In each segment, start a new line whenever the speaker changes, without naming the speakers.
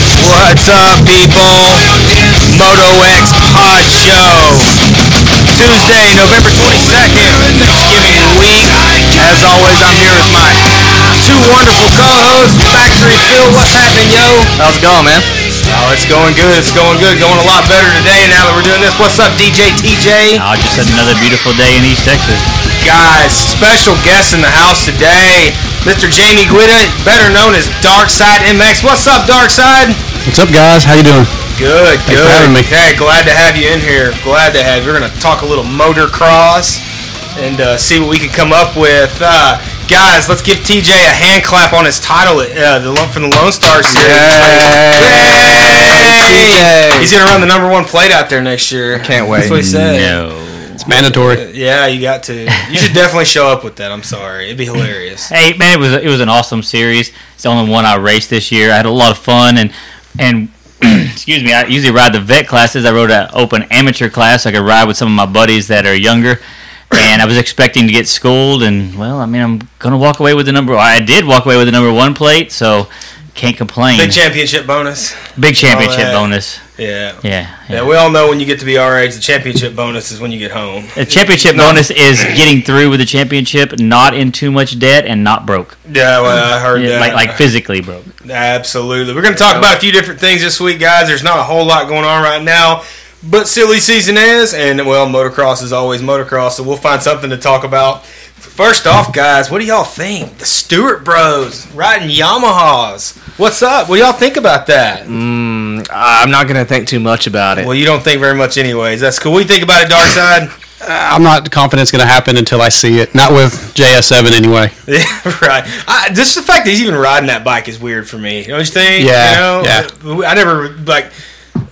What's up, people? Moto X Pod Show. Tuesday, November 22nd, Thanksgiving week. As always, I'm here with my two wonderful co-hosts, Factory Phil. What's happening, yo?
How's it going, man?
Oh, it's going good. It's going good. Going a lot better today now that we're doing this. What's up, DJ TJ?
Oh, just had another beautiful day in East Texas.
Guys, special guest in the house today, Mr. Jamie Guida, better known as Darkside MX. What's up, Darkside?
What's up, guys? How you doing?
Good, good.
for having me.
Okay, glad to have you in here. Glad to have. you. We're gonna talk a little motocross and uh, see what we can come up with. Uh, guys, let's give TJ a hand clap on his title, uh, the lump from the Lone Star Series. Yay!
TJ.
He's gonna run the number one plate out there next year.
Can't wait.
That's what he said.
No.
It's mandatory.
Yeah, you got to. You should definitely show up with that. I'm sorry, it'd be hilarious.
Hey, man, it was it was an awesome series. It's the only one I raced this year. I had a lot of fun and and excuse me. I usually ride the vet classes. I rode an open amateur class. I could ride with some of my buddies that are younger. And I was expecting to get schooled, and well, I mean, I'm gonna walk away with the number. I did walk away with the number one plate, so can't complain.
Big championship bonus.
Big championship
that.
bonus.
Yeah.
Yeah,
Yeah, we all know when you get to be our age, the championship bonus is when you get home.
The championship bonus is getting through with the championship, not in too much debt, and not broke.
Yeah, well, I heard
Yeah,
that.
Like like physically broke.
Absolutely. We're going to talk about a few different things this week, guys. There's not a whole lot going on right now, but silly season is, and well, motocross is always motocross, so we'll find something to talk about. First off, guys, what do y'all think? The Stewart Bros riding Yamahas. What's up? What do y'all think about that?
Mm, I'm not gonna think too much about it.
Well, you don't think very much, anyways. That's cool. What do you think about it, Dark Side?
I'm not confident it's going to happen until I see it. Not with JS7 anyway.
Yeah, right. I, just the fact that he's even riding that bike is weird for me. Don't you think? You
Yeah,
know? I never like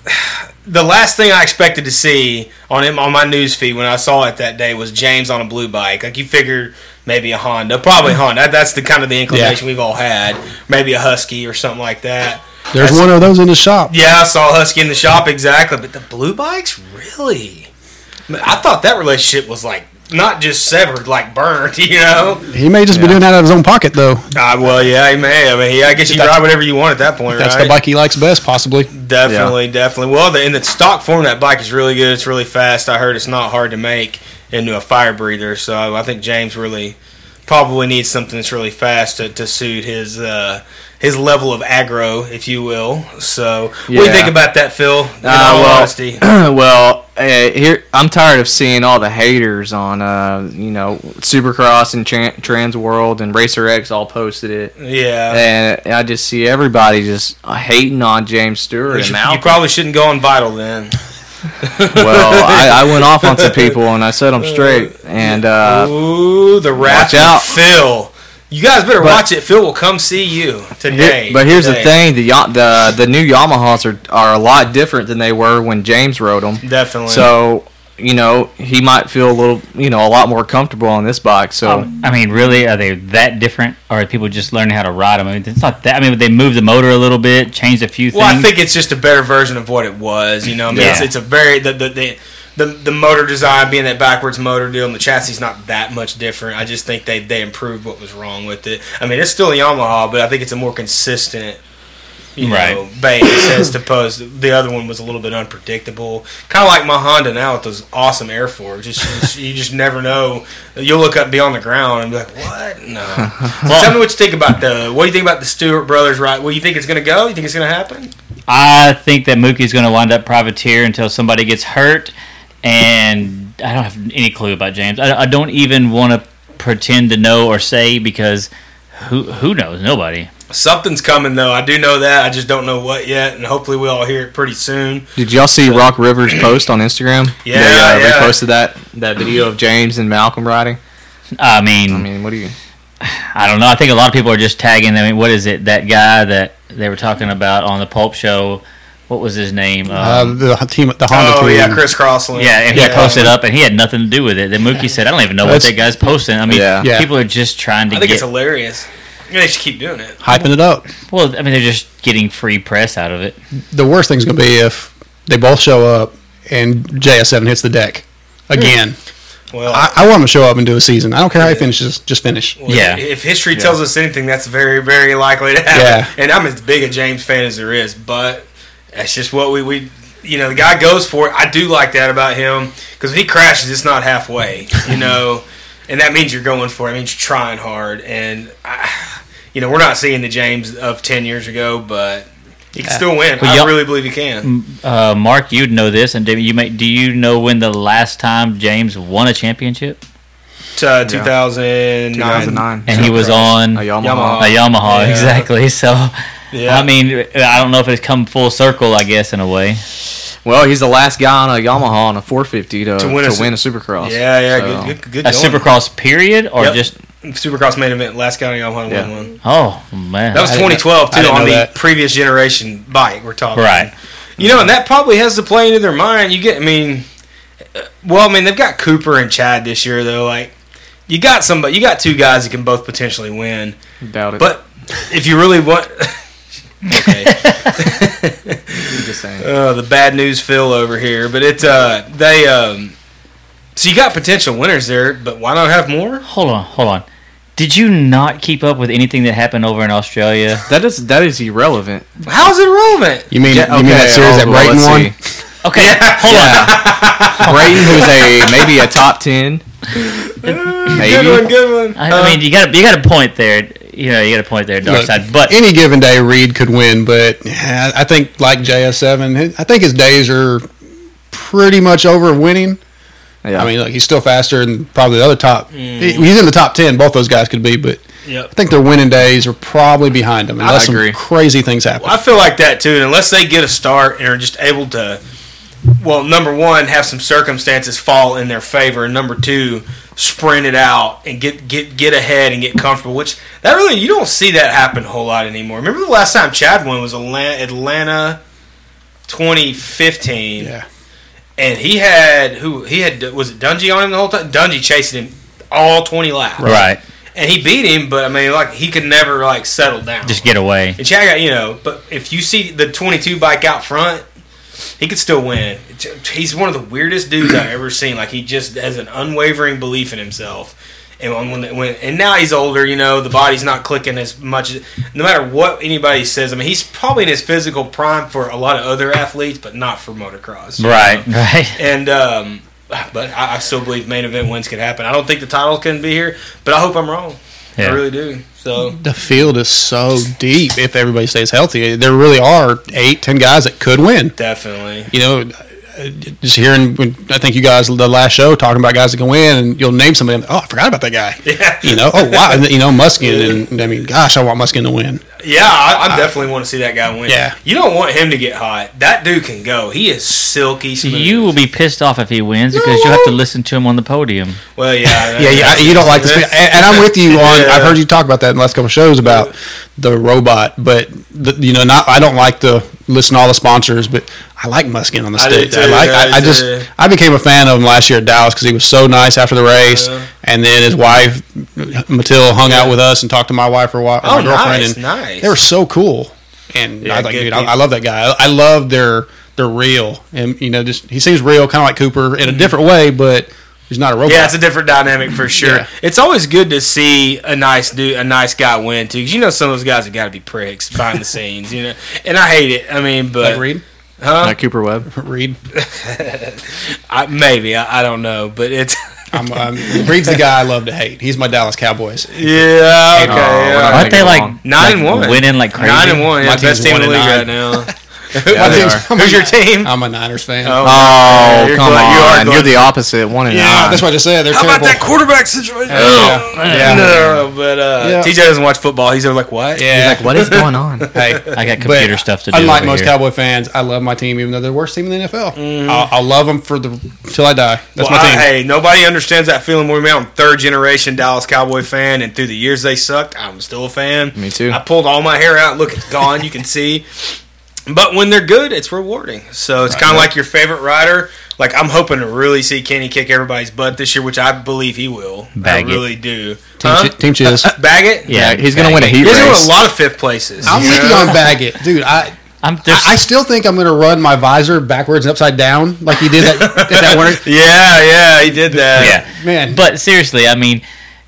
the last thing I expected to see on him on my news feed when I saw it that day was James on a blue bike. Like you figured maybe a Honda, probably a Honda. That's the kind of the inclination we've all had. Maybe a Husky or something like that.
There's
That's-
one of those in the shop.
Yeah, I saw Husky in the shop exactly, but the blue bikes really. I thought that relationship was like not just severed, like burned. You know.
He may just be doing that out of his own pocket, though.
Ah, well, yeah, he may. I mean, he, I guess you
That's-
ride whatever you want at that point,
That's
right?
the bike he likes best, possibly.
Definitely, definitely. Well, the, in the stock form, that bike is really good. It's really fast. I heard it's not hard to make into a fire breather, so I think James really probably needs something that's really fast to, to suit his uh, his level of aggro, if you will. So, what do you
Yeah.
think about that, Phil? In
Uh,
all
Ah, well-
honesty,
well, uh, here I'm tired of seeing all the haters on, uh, you know, Supercross and Tran Trans World and Racer X all posted it,
yeah.
and I just see everybody just hating on James Stewart
You,
and
should- you
Malcolm.
probably shouldn't go on vital then.
well, I, I went off on some people and I set them straight, and uh,
Ooh, the wrath
watch out.
of Phil. You guys better
But-
watch it. Phil will come see you today.
but here's the
Today.
thing: the Ya- the the new Yamahas are are a lot different than they were when James rode them.
Definitely.
So, you know, he might feel a little, you know, a lot more comfortable on this
Oh.
bike. So,
Um, I mean, really, are they that different, or are people just learning how to ride them? I mean, it's not that. I mean, they moved the motor a little bit, changed a few things.
well, I think it's just a better version of what it was. You know, I mean, it's,
Yeah.
it's a very the the, the the the motor design being that backwards motor deal, and the chassis is not that much different. I just think they they improved what was wrong with it. I mean, it's still a Yamaha, but I think it's a more consistent. You know,
Right.
base as to pose. The other one was a little bit unpredictable, kind of like my Honda now with those awesome Air Force. Just, you just you just never know. You'll look up and be on the ground and be like, "What? No." So tell me what you think about the. What do you think about the Stewart brothers? Right? Well, you think it's going to go? You think it's going to happen?
I think that Mookie's going to wind up privateer until somebody gets hurt, and I don't have any clue about James. I, I don't even want to pretend to know or say because who who knows? Nobody.
Something's coming though. I do know that. I just don't know what yet, and hopefully we all hear it pretty soon.
did y'all see Rock Rivers post on Instagram?
Yeah,
they, uh,
yeah.
reposted that that video of James and Malcolm riding.
I mean,
I mean, what do you?
I don't know. I think a lot of people are just tagging. I mean, what is it? That guy that they were talking about on the Pulp Show. What was his name?
Uh-huh.
Uh, the team, the Honda
oh
team.
yeah, Chris Crossland.
Yeah, and he
Yeah.
posted up, and he had nothing to do with it. Then Mookie said, "I don't even know what
That's-
that guy's posting." I mean,
Yeah.
Yeah.
people are just trying to
I think
get.
it's hilarious. Yeah, they should keep doing it.
Hyping it up.
well, I mean, they're just getting free press out of it.
The worst thing's going to be if they both show up and JS7 hits the deck again.
Hmm.
Well,
I, I want him to show up and do a season. I don't care how he finishes, just finish.
well,
yeah.
If history tells us anything, that's very, very likely to happen.
Yeah.
And I'm as big a James fan as there is, but that's just what we, we you know the guy goes for it. I do like that about him because if he crashes, it's not halfway, you know, and that means you're going for it. It means you're trying hard, and I, you know we're not seeing the James of ten years ago, but he can still win.
Well,
I
y'all-
really believe he can.
Uh, Mark, you'd know this, and David, you may. Do you know when the last time James won a championship?
Uh, 2009.
2009.
And he was on
A
a
Yamaha.
Yamaha.
Yamaha,
Yeah.
exactly. So,
Yeah.
I mean, I don't know if it's come full circle. I guess in a way.
Well, he's the last guy on a Yamaha on a 450 to, to
win
win,
a
a,
su-
Supercross.
Yeah, yeah,
So-
good, good, good.
A
going.
Supercross period, or
Yep.
just
Supercross main event last guy on Yamaha
Yeah.
won one.
oh man,
That was
I didn't know-
2012
I
too
didn't
on
know
the
that.
previous generation bike we're talking.
Right.
You know, and that probably has to play into their mind. You get, I mean, uh, well, I mean they've got Cooper and Chad this year though. Like you got somebody, you got two guys that can both potentially win.
Doubt it.
But if you really want, okay.
I'm just saying.
Uh, the bad news Phil over here, but it's uh they um so you got potential winners there, but why not have more?
Hold on, hold on. Did you not keep up with anything that happened over in Australia?
That is that is irrelevant.
How's it relevant?
You mean
Yeah,
you mean that
okay,
series
oh,
that
well,
Brayton
let's
won?
see.
Okay, hold
Brayton, who's a maybe a top ten.
Good
Maybe.
one, good one.
on. I, I mean, you got a, you got a point there. You know, you got a point there, Dark
Look,
Side. But
any given day, Reed could win, but yeah, I think like JS7, I think his days are pretty much over of winning.
Yeah.
I mean, look, he's still faster than probably the other top.
Mm.
He's in the top ten. Both those guys could be, but
Uh, Yep.
I think their winning days are probably behind them unless
agree.
some crazy things happen.
I feel like that too. And unless they get a start and are just able to, well, number one, have some circumstances fall in their favor, and number two, sprint it out and get get get ahead and get comfortable. Which that really you don't see that happen a whole lot anymore. Remember the last time Chad won was Atlanta, Atlanta 2015,
yeah,
and he had who he had was it Dungy on him the whole time. Dungy chasing him all 20 laps,
right,
And he beat him, but I mean, like he could never like settle down.
just get away.
And Chad got, you know, but if you see the 22 bike out front, he could still win. It's- He's one of the weirdest dudes I've ever seen. Like he just has an unwavering belief in himself. And when, when, when and now he's older, you know, the body's not clicking as much. No matter what anybody says, I mean, he's probably in his physical prime for a lot of other athletes, but not for motocross.
Right, right.
And um, but I, I still believe main event wins could happen. I don't think the title can be here, but I hope I'm wrong.
Yeah.
I really do. So
the field is so deep. If everybody stays healthy, there really are eight, ten guys that could win.
definitely.
you know, just hearing when I think you guys the last show talking about guys that can win, and you'll name somebody. And, oh, I forgot about that guy.
Yeah.
You know, oh wow, and, you know Muskin, and I mean, gosh, I want Muskin to win.
Yeah, I, I definitely want to see that guy win.
Yeah.
you don't want him to get hot. That dude can go. He is silky smooth.
You will be pissed off if he wins because you'll have to listen to him on the podium.
well, yeah,
Yeah, yeah, I- you don't like eh. this, and, and I'm with you on.
Yeah.
I've heard you talk about that in the last couple of shows about the robot, but the, you know, not I don't like the listen to all the sponsors, but I like Muskin on the
I do
stage. I
too,
like.
yeah,
I, I
he's
just
a-
I became a fan of him last year at Dallas because he was so nice after the race,
Yeah.
and then his wife Matilda hung out with us and talked to my wife for a while,
Oh,
my girlfriend,
nice,
and
nice.
they were so cool. And
Yeah,
I was like,
good
dude, I,
people.
I love that guy. I, I love their their real, and you know, just he seems real, kind of like Cooper in a different way, but. He's not a robot.
Mm-hmm. Yeah, it's a different dynamic for sure.
Yeah.
It's always good to see a nice dude, a nice guy win too, 'cause you know some of those guys have got to be pricks behind the scenes, you know. And I hate it. I mean, but
Like Reed?
Like Cooper Webb.
Reed.
I, maybe I, I don't know, but it's
I'm, I'm, Reed's the guy I love to hate. He's my Dallas Cowboys.
yeah, okay,
Oh, we're
yeah.
not
Aren't
get
they like
along.
Nine
like,
and one.
winning like crazy?
nine and one,
My
yeah,
team's
best team in the
one
league right
and
now.
Yeah, they are.
Who's your team?
I'm a Niners fan.
Oh,
Oh,
you're
come
gl- you are
on. You are
glad-
the opposite. One and
yeah,
nine.
that's what I just said. They're
How about
terrible.
that quarterback situation?
Oh, Yeah.
No, but uh,
Yeah.
TJ doesn't watch football. He's over like, what?
yeah.
Like, what is going on?
hey,
I got
but
computer stuff to do.
Unlike
over
most
here.
Cowboy fans, I love my team, even though they're the worst team in the NFL. I'll, I'll love them for the till I die. That's
Mm. Well,
my
I-
team.
hey, nobody understands that feeling more than me. I'm a third generation Dallas Cowboy fan, and through the years they sucked, I'm still a fan.
Me too.
I pulled all my hair out. Look, it's gone. you can see. But when they're good, it's rewarding. So it's kind of like your favorite rider. Like I'm hoping to really see Kenny kick everybody's butt this year, which I believe he will.
Baggett.
I really do.
team,
Huh?
chi- team cheers.
Baggett.
Yeah,
Yeah, he's gonna win a heat
He's
race.
doing a lot of fifth places.
I'm with you on Baggett, dude. I.
I'm
I
just,
I still think I'm going to run my visor backwards and upside down like he did that, at that one.
Yeah, yeah, he did that.
yeah.
Man,
But seriously, I mean,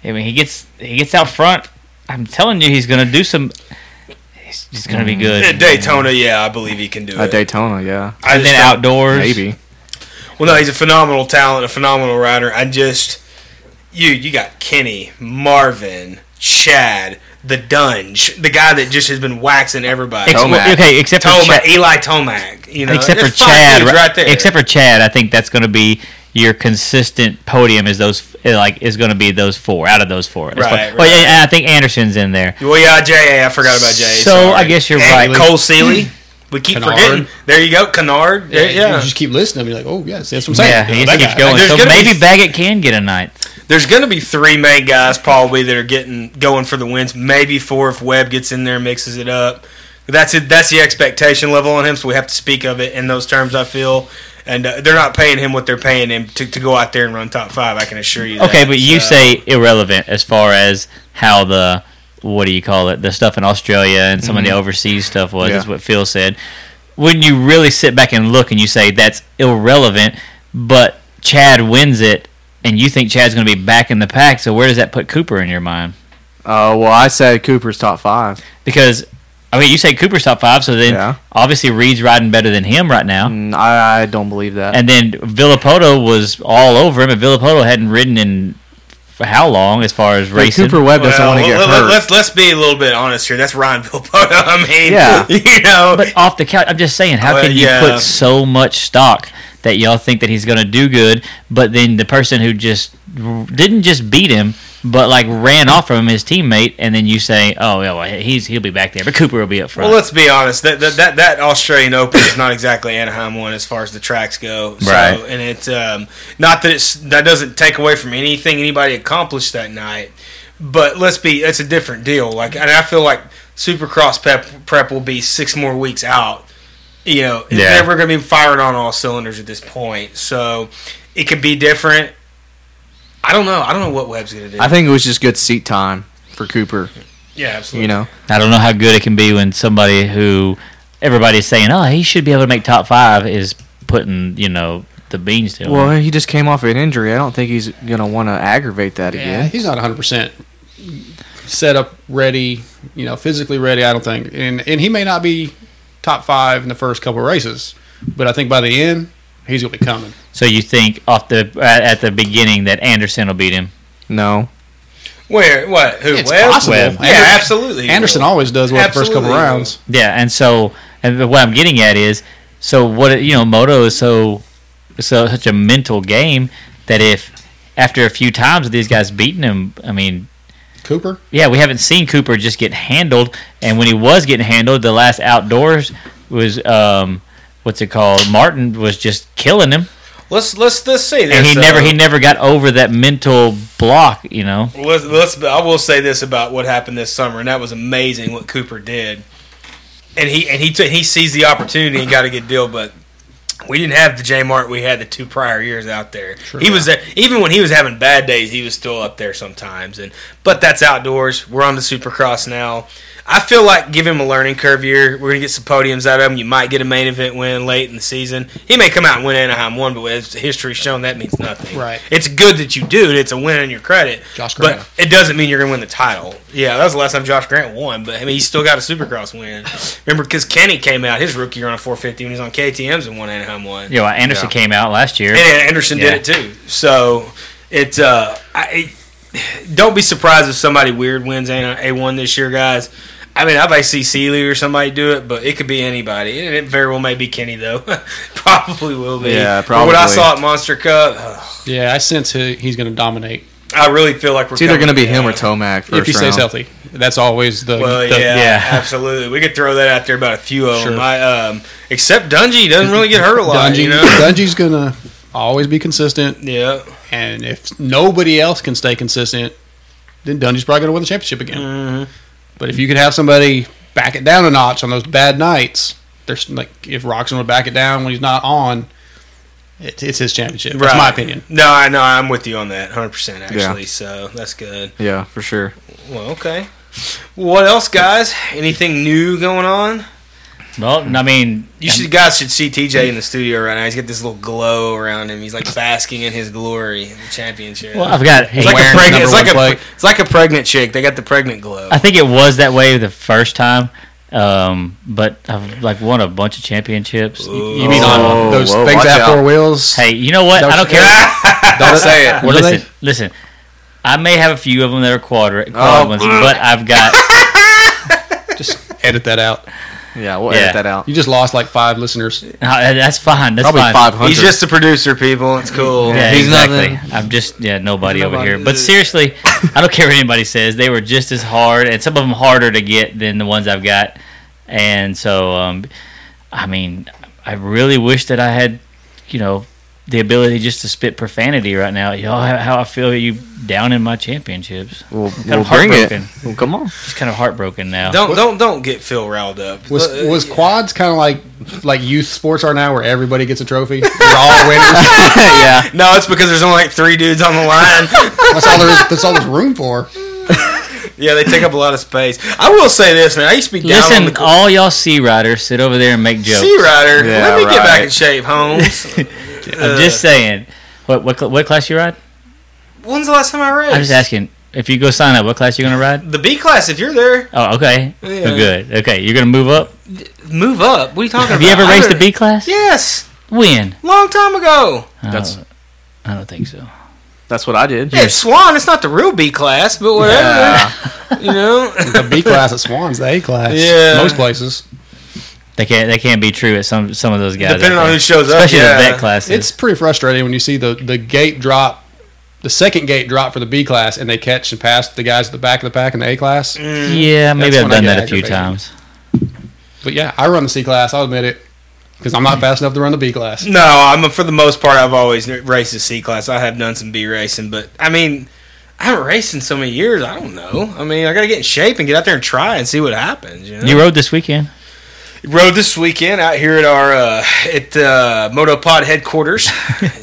I mean, he gets he gets out front. I'm telling you, he's gonna do some. he's, he's gonna be good.
At Uh, Daytona, yeah, I believe he
Uh,
can do
At
it.
Daytona, yeah.
I
and
just
then
don't-
outdoors,
Maybe.
Well, no, he's a phenomenal talent, a phenomenal rider. I just you you got Kenny, Marvin, Chad, the Dunge, the guy that just has been waxing everybody.
Ex-
Tomac,
Tomac.
well, okay, except for Chad,
Eli Tomac. You know,
except for
there's five
Chad,
dudes
ri-
right there.
Except for Chad, I think that's gonna be your consistent podium is those like is gonna be those four out of those four. That's
Right,
fine. Well,
right.
yeah, and I think Anderson's in there.
well, yeah, Jay, I forgot about Jay.
So,
sorry.
I guess you're
And
right.
Cole Seeley. We keep
Kennard.
forgetting. There you go, Kennard. Yeah,
You
yeah.
just keep listening. You're like, oh yes, that's what I'm saying.
Yeah, he
You know,
just
that
keeps
guy.
going.
There's
So
gonna be-
maybe Baggett can get a ninth.
There's going to be three main guys probably that are getting going for the wins. Maybe four if Webb gets in there and mixes it up. That's it. That's the expectation level on him. So we have to speak of it in those terms. I feel, and uh, they're not paying him what they're paying him to, to go out there and run top five. I can assure you.
Okay,
that.
but you
So-
say irrelevant as far as how the what do you call it the stuff in Australia and some of the overseas stuff was. Is
Mm-hmm. Yeah.
what Phil said. When you really sit back and look and you say that's irrelevant, but Chad wins it, and you think Chad's going to be back in the pack. So where does that put Cooper in your mind?
Uh, well, I said Cooper's top five.
Because I mean, you say Cooper's top five, so then
Yeah.
obviously Reed's riding better than him right now.
Mm, I, I don't believe that.
And then Villapoto was all over him, and Villapoto hadn't ridden in for how long as far as
But
racing.
Cooper Webb doesn't
Well,
want to get
let,
hurt.
us let's be a little bit honest here. That's Ryan Villopoto. I mean,
Yeah.
you know,
but off the couch, I'm just saying, how
Well,
can you
yeah.
put so much stock that y'all think that he's going to do good, but then the person who just r- didn't just beat him, but like ran off from him, his teammate, and then you say, oh yeah, well, he's he'll be back there, but Cooper will be up front.
Well, let's be honest. That that, that, that Australian Open is not exactly Anaheim one as far as the tracks go. So,
Right.
And it's um, not that it's that doesn't take away from anything anybody accomplished that night. But let's be that's a different deal. Like, and I feel like Supercross prep prep will be six more weeks out. You know, it's
Yeah.
never going to be firing on all cylinders at this point. So it could be different. I don't know. I don't know what Webb's going to do.
I think it was just good seat time for Cooper.
yeah, absolutely.
You know,
I don't know how good it can be when somebody who everybody's saying, oh, he should be able to make top five, is putting you know the beans to him.
well, he just came off an injury. I don't think he's gonna want to aggravate that
Yeah,
again.
he's not 100 percent set up ready. You know, physically ready. I don't think, and and he may not be top five in the first couple of races, but I think by the end he's gonna be coming.
so you think off the at, at the beginning that Anderson will beat him?
No,
Where? What? Who?
It's
Webb?
possible.
Webb. Yeah,
Anderson-
absolutely. he
Anderson
will.
always does well the first couple
Absolutely.
rounds.
Yeah, and so and what I'm getting at is, so what you know, Moto is so so such a mental game that if after a few times of these guys beating him, I mean,
Cooper.
yeah, we haven't seen Cooper just get handled, and when he was getting handled, the last outdoors was um, what's it called? Martin was just killing him,
Let's let's let's see.
and he
this, uh,
never he never got over that mental block, you know.
Let's, let's. I will say this about what happened this summer, and that was amazing what Cooper did. And he and he took he seized the opportunity and got a good deal, but we didn't have the J Mart we had the two prior years out there. He was there even when he was having bad days, he was still up there sometimes. And but that's outdoors. We're on the Supercross now. I feel like give him a learning curve year. We're gonna get some podiums out of him. You might get a main event win late in the season. He may come out and win Anaheim one, but as history's shown, that means nothing.
Right.
It's good that you do. and It's a win in your credit.
Josh Graham.
But it doesn't mean you're going to win the title. Yeah, that was the last time Josh Grant won, but I mean, he still got a Supercross win. Remember, because Kenny came out his rookie year on a 450 when he was on KTM's and won Anaheim one.
You know, Anderson came out last year.
And Anderson
Yeah.
did it too. So it's uh, I it- don't be surprised if somebody weird wins A one this year, guys. I mean, I might see Sealy or somebody do it, but it could be anybody. And it very well may be Kenny though. probably will be.
Yeah,
But what I
probably.
saw at Monster Cup, ugh,
Yeah, I sense he, he's gonna dominate
I really feel like we're
it's either
coming
gonna be him
down.
or Tomac first
if he stays
round.
healthy. That's always the,
Well,
the-
yeah,
yeah.
absolutely. We could throw that out there about a few of them.
Sure.
I, um, except Dungy doesn't really get hurt a lot.
Dungy,
You know?
Dungy's gonna always be consistent,
Yeah.
and if nobody else can stay consistent, then Dungy's probably gonna win the championship
Mm-hmm.
again. But if you could have somebody back it down a notch on those bad nights, there's like if Roxon would back it down when he's not on, it, it's his championship. That's my
Right.
opinion.
No, I know. I'm with you on that 100% actually. So that's good.
Yeah, for sure.
Well, okay. What else, guys? Anything new going on?
Well, I mean,
You should, guys should see TJ in the studio right now. He's got this little glow around him. He's like basking in his glory in the championship.
Well, I've got
it's like, a
wearing
pregnant,
number
it's, like
one
a,
plate.
it's like a pregnant chick. They got the pregnant glow.
I think it was that way the first time, Um, but I've like won a bunch of championships. You, you mean on?
Oh,
those
whoa,
things
watch
that have
out.
four wheels.
Hey, you know what?
Don't-
I don't care.
Don't say it.
What are
listen,
they?
listen. I may have a few of them that are quadra quad
Oh.
ones, but I've got
Just edit that out.
Yeah, we'll
Yeah.
edit that out.
You just lost like five listeners.
uh, that's fine. That's
Probably
fine.
five hundred.
He's just a producer, people. It's cool.
Yeah,
He's
exactly.
nothing.
I'm just yeah, nobody,
He's
over
nobody.
here. But seriously, I don't care what anybody says. They were just as hard, and some of them harder to get than the ones I've got. And so, um, I mean, I really wish that I had, you know, the ability just to spit profanity right now. You know how, how I feel you down in my championships.
We'll,
I'm
we'll bring it.
heartbroken.
Well, come on.
Just kind of heartbroken now.
Don't don't don't get Phil riled up.
Was
Uh,
was quads kind of like like youth sports are now, where everybody gets a trophy? We're all winners.
yeah.
no, it's because there's only like three dudes on the line.
That's all there is. That's all there's room for.
yeah, they take up a lot of space. I will say this, man. I used to be down on
Listen, uh,
the
all y'all sea riders, sit over there and make jokes.
Sea Rider.
Yeah,
Let me get back
right.
in shape, Holmes.
I'm just saying. What what cl- what class you ride?
When's the last time I raced?
I'm just asking. If you go sign up, what class you gonna ride?
The B class, if you're there,
Oh, okay.
Yeah.
Good. Okay, you're gonna move up.
move up. What are you talking
Have
about?
you ever
I
raced a
don't-
B class?
Yes,
When?
long time ago.
I
That's-
don't, I don't think so.
That's what I did.
Yeah, it's Swan. It's not the real B class, but whatever.
Yeah.
You know.
The B class at Swans, the A class.
Yeah.
most places.
They can't. They can't be true at some some of those guys. out
Depending on
there.
who shows up,
especially
yeah.
the vet classes.
It's pretty frustrating when you see the the gate drop, the second gate drop for the B class, and they catch and pass the guys at the back of the pack in the A class.
Mm.
yeah, maybe
That's
I've
when I
done
get
that a few
aggravated.
times.
But yeah, I run the C class. I'll admit it because I'm
Mm.
not fast enough to run the B class.
No, I'm for the most part. I've always raced the C class. I have done some B racing, but I mean, I haven't raced in so many years. I don't know. I mean, I got to get in shape and get out there and try and see what happens. You know,
You rode this weekend.
rode this weekend out here at our uh, at uh, Motopod headquarters.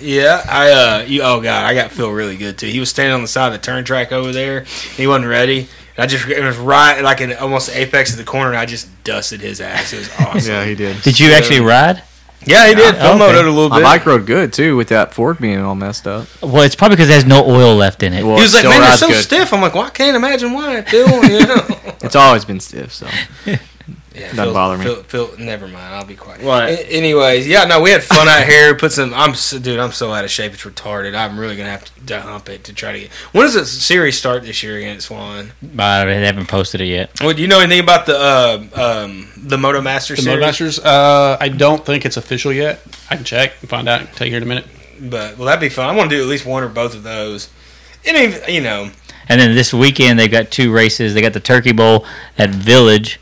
yeah, I uh, you, oh god, I got feel really good too. He was standing on the side of the turn track over there. He wasn't ready. I just it was right like in almost the apex of the corner. and I just dusted his ass. It was awesome. yeah.
he did.
Did you actually ride?
he did. Phil
Okay.
motoed a little
My
bit.
bike rode good too, with that fork being all messed up.
Well, it's probably because there's no oil left in it.
Well,
he was
it
like,
still
"Man, they're
rides
so
good.
stiff." I'm like, "Well, I can't imagine why." Phil, you know,
It's always been stiff. So
yeah,
Doesn't bother me.
Phil, Phil, never mind. I'll be quiet. A- anyways, yeah, no, we had fun out here. Put some. I'm so, dude. I'm so out of shape. It's retarded. I'm really gonna have to, to hump it to try to get. When does the series start this year again at Swan?
I haven't posted it yet.
Well, do you know anything about the uh, um, the Moto Master
The
series?
Motobashers, uh, I don't think it's official yet. I can check and find out. Take here in a minute.
But well, that'd be fun. I want to do at least one or both of those. And even, you know,
Mm-hmm.
And then this weekend they've got two races. They got the Turkey Bowl at Village,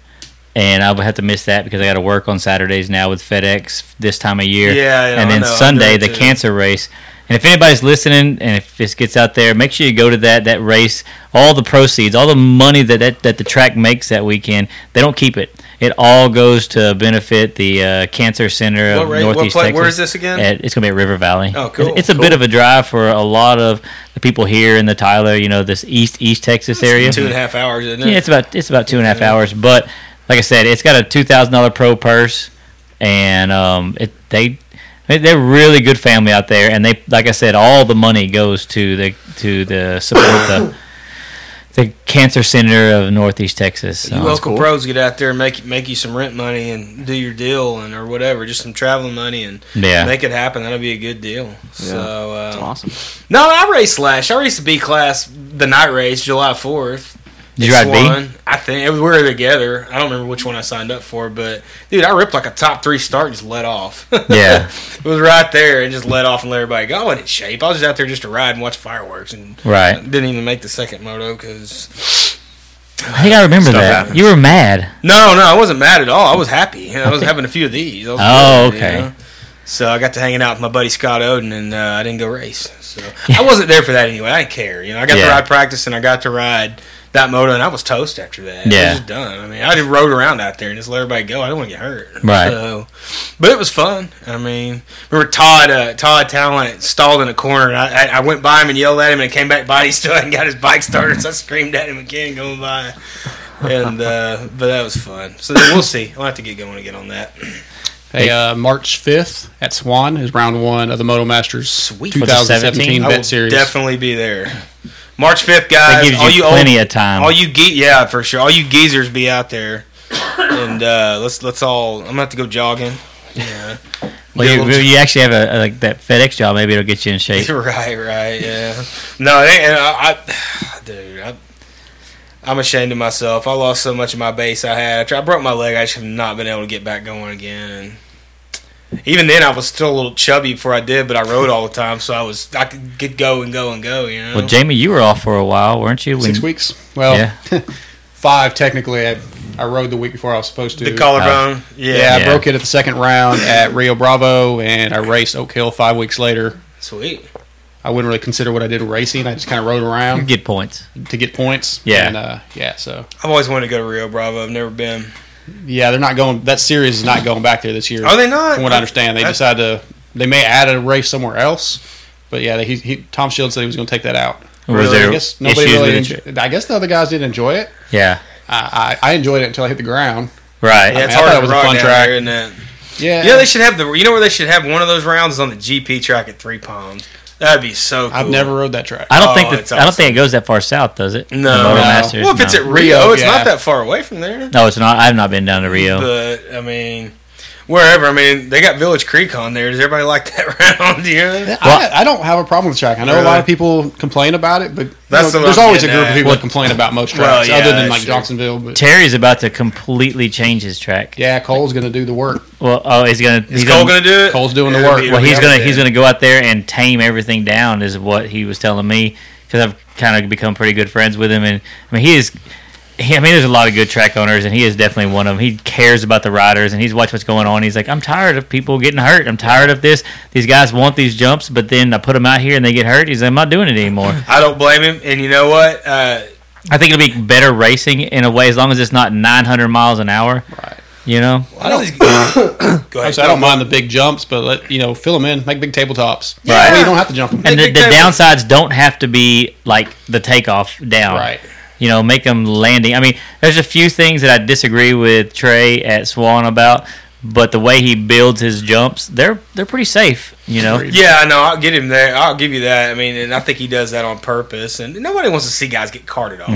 and I would have to miss that because I got to work on Saturdays now with FedEx this time of year.
Yeah, I know,
and
I
then
know, I
Sunday
know
the
too.
cancer race. And if anybody's listening, and if this gets out there, make sure you go to that that race. All the proceeds, all the money that that, that the track makes that weekend, they don't keep it. It all goes to benefit the uh, cancer center
What
of
ra- what
Northeast
pla-
Texas.
where is this again?
At- it's gonna be at River Valley.
Oh, cool,
It's a bit of a drive for a lot of the people here in the Tyler, you know, this East East Texas area.
two and a half hours, isn't it?
Yeah, it's about it's about two and a half hours. But like I said, it's got a two thousand dollar pro purse, and um, it they they- they're really good family out there, and they like I said, all the money goes to the to the support the the cancer center of Northeast Texas. So.
You local
cool.
pros get out there and make make you some rent money and do your deal and or whatever, just some traveling money and
Yeah.
make it happen. That'll be a good deal. So uh,
it's awesome.
no, I raced last. I raced the B class the night race, July fourth.
Did you ride B?
I think we were together. I don't remember which one I signed up for, but dude, I ripped like a top three start and just let off.
Yeah.
it was right there and just let off and let everybody go. I wasn't in shape. I was just out there just to ride and watch fireworks and
Right.
didn't even make the second moto because
I think I remember
Stuff
that.
happens.
You were mad.
No, no, I wasn't mad at all. I was happy. I was having a few of these. I was
Oh,
good, you
okay.
know? So I got to hanging out with my buddy Scott Odin, and uh, I didn't go race. So I wasn't there for that anyway. I didn't care. You know, I got
Yeah.
to ride practice, and I got to ride that moto, and I was toast after that. I
Yeah.
was just done. I mean, I just rode around out there and just let everybody go. I didn't want to get hurt.
Right.
So, but it was fun. I mean, remember Todd? Uh, Todd Talent stalled in a corner, and I, I, I went by him and yelled at him, and it came back body stood and got his bike started. so I screamed at him again going by and uh, but that was fun. So then we'll see. I'll have to get going again on that.
Hey, uh, March fifth at Swan is round one of the Moto Masters
Sweet.
Was
2017
it
I will
Bet Series.
definitely be there. March fifth,
That
guys.
gives you,
all
plenty
old,
of time.
all you ge- yeah for sure. All you geezers be out there. and uh, let's let's all. I'm gonna have to go jogging. Yeah.
Well,
Yeah,
you,
we'll-
you actually have a, a like that FedEx job. Maybe it'll get you in shape.
right, right, yeah. No, they- and I, I dude, I, I'm ashamed of myself. I lost so much of my base I had. I tr- I broke my leg. I just have not been able to get back going again. And even then, I was still a little chubby before I did, but I rode all the time, so I was I could, could go and go and go. You know.
Well, Jamie, you were off for a while, weren't you?
Six
When-
weeks. Well,
Yeah.
five technically. I, I rode the week before I was supposed to.
the collarbone. yeah.
uh, Yeah,
Yeah.
I broke it at the second round at Rio Bravo, and I raced Oak Hill five weeks later.
Sweet.
I wouldn't really consider what I did racing. I just kind of rode
You
around
get points.
to get points.
Yeah.
and, uh, yeah. So
I've always wanted to go to Rio Bravo. I've never been.
yeah, they're not going. That series is not going back there this year.
Are they not?
From what I understand, they
I-
decided to. They may add a race somewhere else, but yeah, he, he, Tom Shields said he was going to take that out.
Or
Really?
was there
I guess nobody
issues
really.
with it?
enjo- I guess the other guys did enjoy it.
Yeah.
I, I, I enjoyed it until I hit the ground.
Right.
Yeah, it's
I thought
hard
it
to
was a
rock
fun
down
track.
there, isn't it?
Yeah,
Yeah, they should have the. You know where they should have one of those rounds is on the GP track at Three Palms. That'd be so. cool.
I've never rode that track.
I don't
Oh,
think that,
it's
I don't think it goes that far south, does it?
No.
The Moto
No.
Masters,
Well, if it's
no.
at Rio,
Rio,
it's
yeah.
not that far away from there.
no, it's not. I've not been down to Rio.
But I mean, wherever. I mean, they got Village Creek on there. Does everybody like that round? You know?
Well-
I, I don't have a problem with track. I know a
Really?
lot of people complain about it, but you
That's the
know,
one
there's
I'm
always a
getting
group
at.
of people that complain about most
Well,
tracks,
yeah,
other than like
sure.
Jacksonville. But
Terry's about to completely change his track.
yeah, Cole's going to do the work.
Well, oh, he's gonna.
Is
he's
Cole
gonna-
gonna do it?
Cole's doing the
It'll
work.
be-
well,
it'll
he's
be
gonna
out
he's
there.
gonna go out there and tame everything down, is what he was telling me. Because I've kind of become pretty good friends with him, and I mean he is. He, I mean, there's a lot of good track owners, and he is definitely one of them. He cares about the riders, and he's watched what's going on. He's like, I'm tired of people getting hurt. I'm tired of this. These guys want these jumps, but then I put them out here and they get hurt. He's like, I'm not doing it anymore.
I don't blame him. And you know what? Uh,
I think it'll be better racing in a way as long as it's not 900 miles an hour.
Right.
You know,
I don't. go ahead.
So I don't mind the big jumps, but let you know fill them in, make big tabletops.
Yeah.
That way you don't have to jump 'em.
and the,
Big
the
time.
downsides don't have to be like the takeoff down.
Right.
You know, make them landing. I mean, there's a few things that I disagree with Trey at Swan about, but the way he builds his jumps, they're they're pretty safe. You know,
Agreed.
Yeah, I know. I'll get him there. I'll give you that. I mean, and I think he does that on purpose. And nobody wants to see guys get carted off.
No,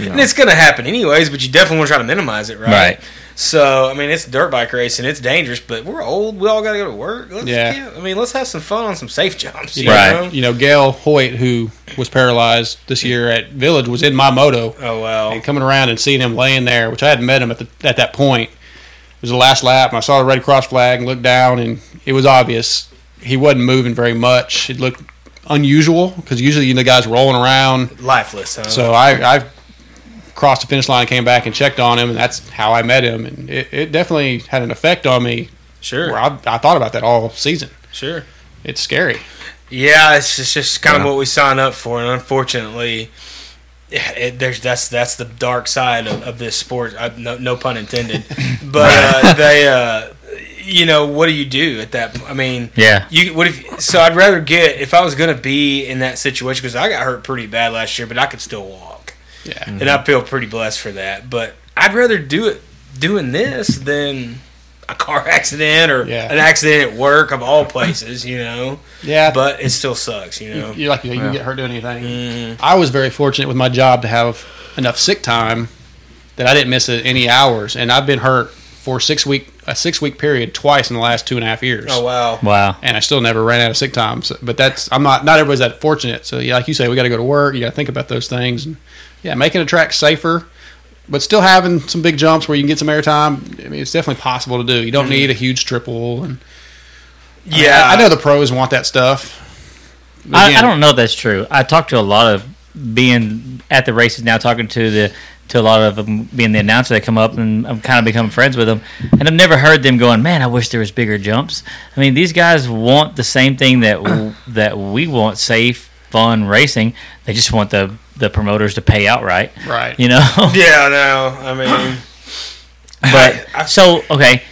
no.
And it's going to happen anyways, but you definitely want to try to minimize it, right?
Right.
So, I mean, it's dirt bike racing. It's dangerous, but we're old. We all got to go to work. Let's
Yeah.
get- I mean, let's have some fun on some safe jumps. you
Right.
know?
You know, Gail Hoyt, who was paralyzed this year at Village, was in my moto.
Oh, well.
and coming around and seeing him laying there, which I hadn't met him at the, at that point. It was the last lap, and I saw the Red Cross flag and looked down, and it was obvious he wasn't moving very much. It looked unusual because usually you know the guys rolling around.
Lifeless, huh?
So uh, I, I crossed the finish line, came back and checked on him, and that's how I met him. And it, it definitely had an effect on me. Where
sure.
I, I thought about that all season.
Sure.
It's scary.
Yeah, it's just, just kind
Yeah.
of what we sign up for, and unfortunately, it, there's that's that's the dark side of, of this sport. I, no, no pun intended. But uh, they, uh, you know, what do you do at that? I mean,
Yeah.
You what if? So I'd rather get if I was going to be in that situation because I got hurt pretty bad last year, but I could still walk,
Yeah.
Mm-hmm.
and I feel pretty blessed for that. But I'd rather do it doing this than. A car accident or
Yeah.
an accident at work of all places, you know.
Yeah.
But it still sucks, you know.
you, are like you, know, you can
Yeah.
get hurt doing anything.
Mm.
I was very fortunate with my job to have enough sick time that I didn't miss any hours, and I've been hurt for six week a six week period twice in the last two and a half years.
Oh wow.
Wow.
And I still never ran out of sick time. So, but that's I'm not not everybody's that fortunate. So yeah, like you say, we got to go to work. You got to think about those things. And yeah, making a track safer, but still having some big jumps where you can get some airtime. I mean, it's definitely possible to do. You don't need a huge triple. And
Mm-hmm. Yeah,
I, I know the pros want that stuff. But
I, I
again,
don't know if that's true. I talked to a lot of being at the races now, talking to the to a lot of them being the announcer that come up, and I've kind of become friends with them. And I've never heard them going, "Man, I wish there was bigger jumps." I mean, these guys want the same thing that w- that we want: safe, fun racing. They just want the the promoters to pay outright,
Right.
you know.
Yeah, no. I mean,
But
I-
so okay,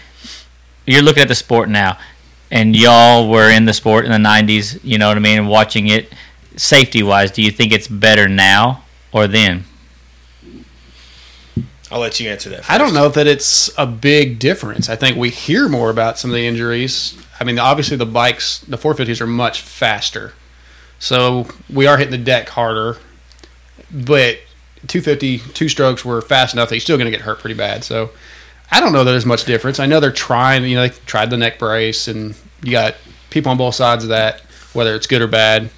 you're looking at the sport now, and y'all were in the sport in the '90s. You know what I mean? And watching it safety wise, do you think it's better now or then?
I'll let you answer that. First.
I don't know that it's a big difference. I think we hear more about some of the injuries. I mean, obviously the bikes, the 450s are much faster, so we are hitting the deck harder. But 250, two strokes were fast enough that you're still going to get hurt pretty bad. So I don't know that there's much difference. I know they're trying, you know, they tried the neck brace, and you got people on both sides of that, whether it's good or bad.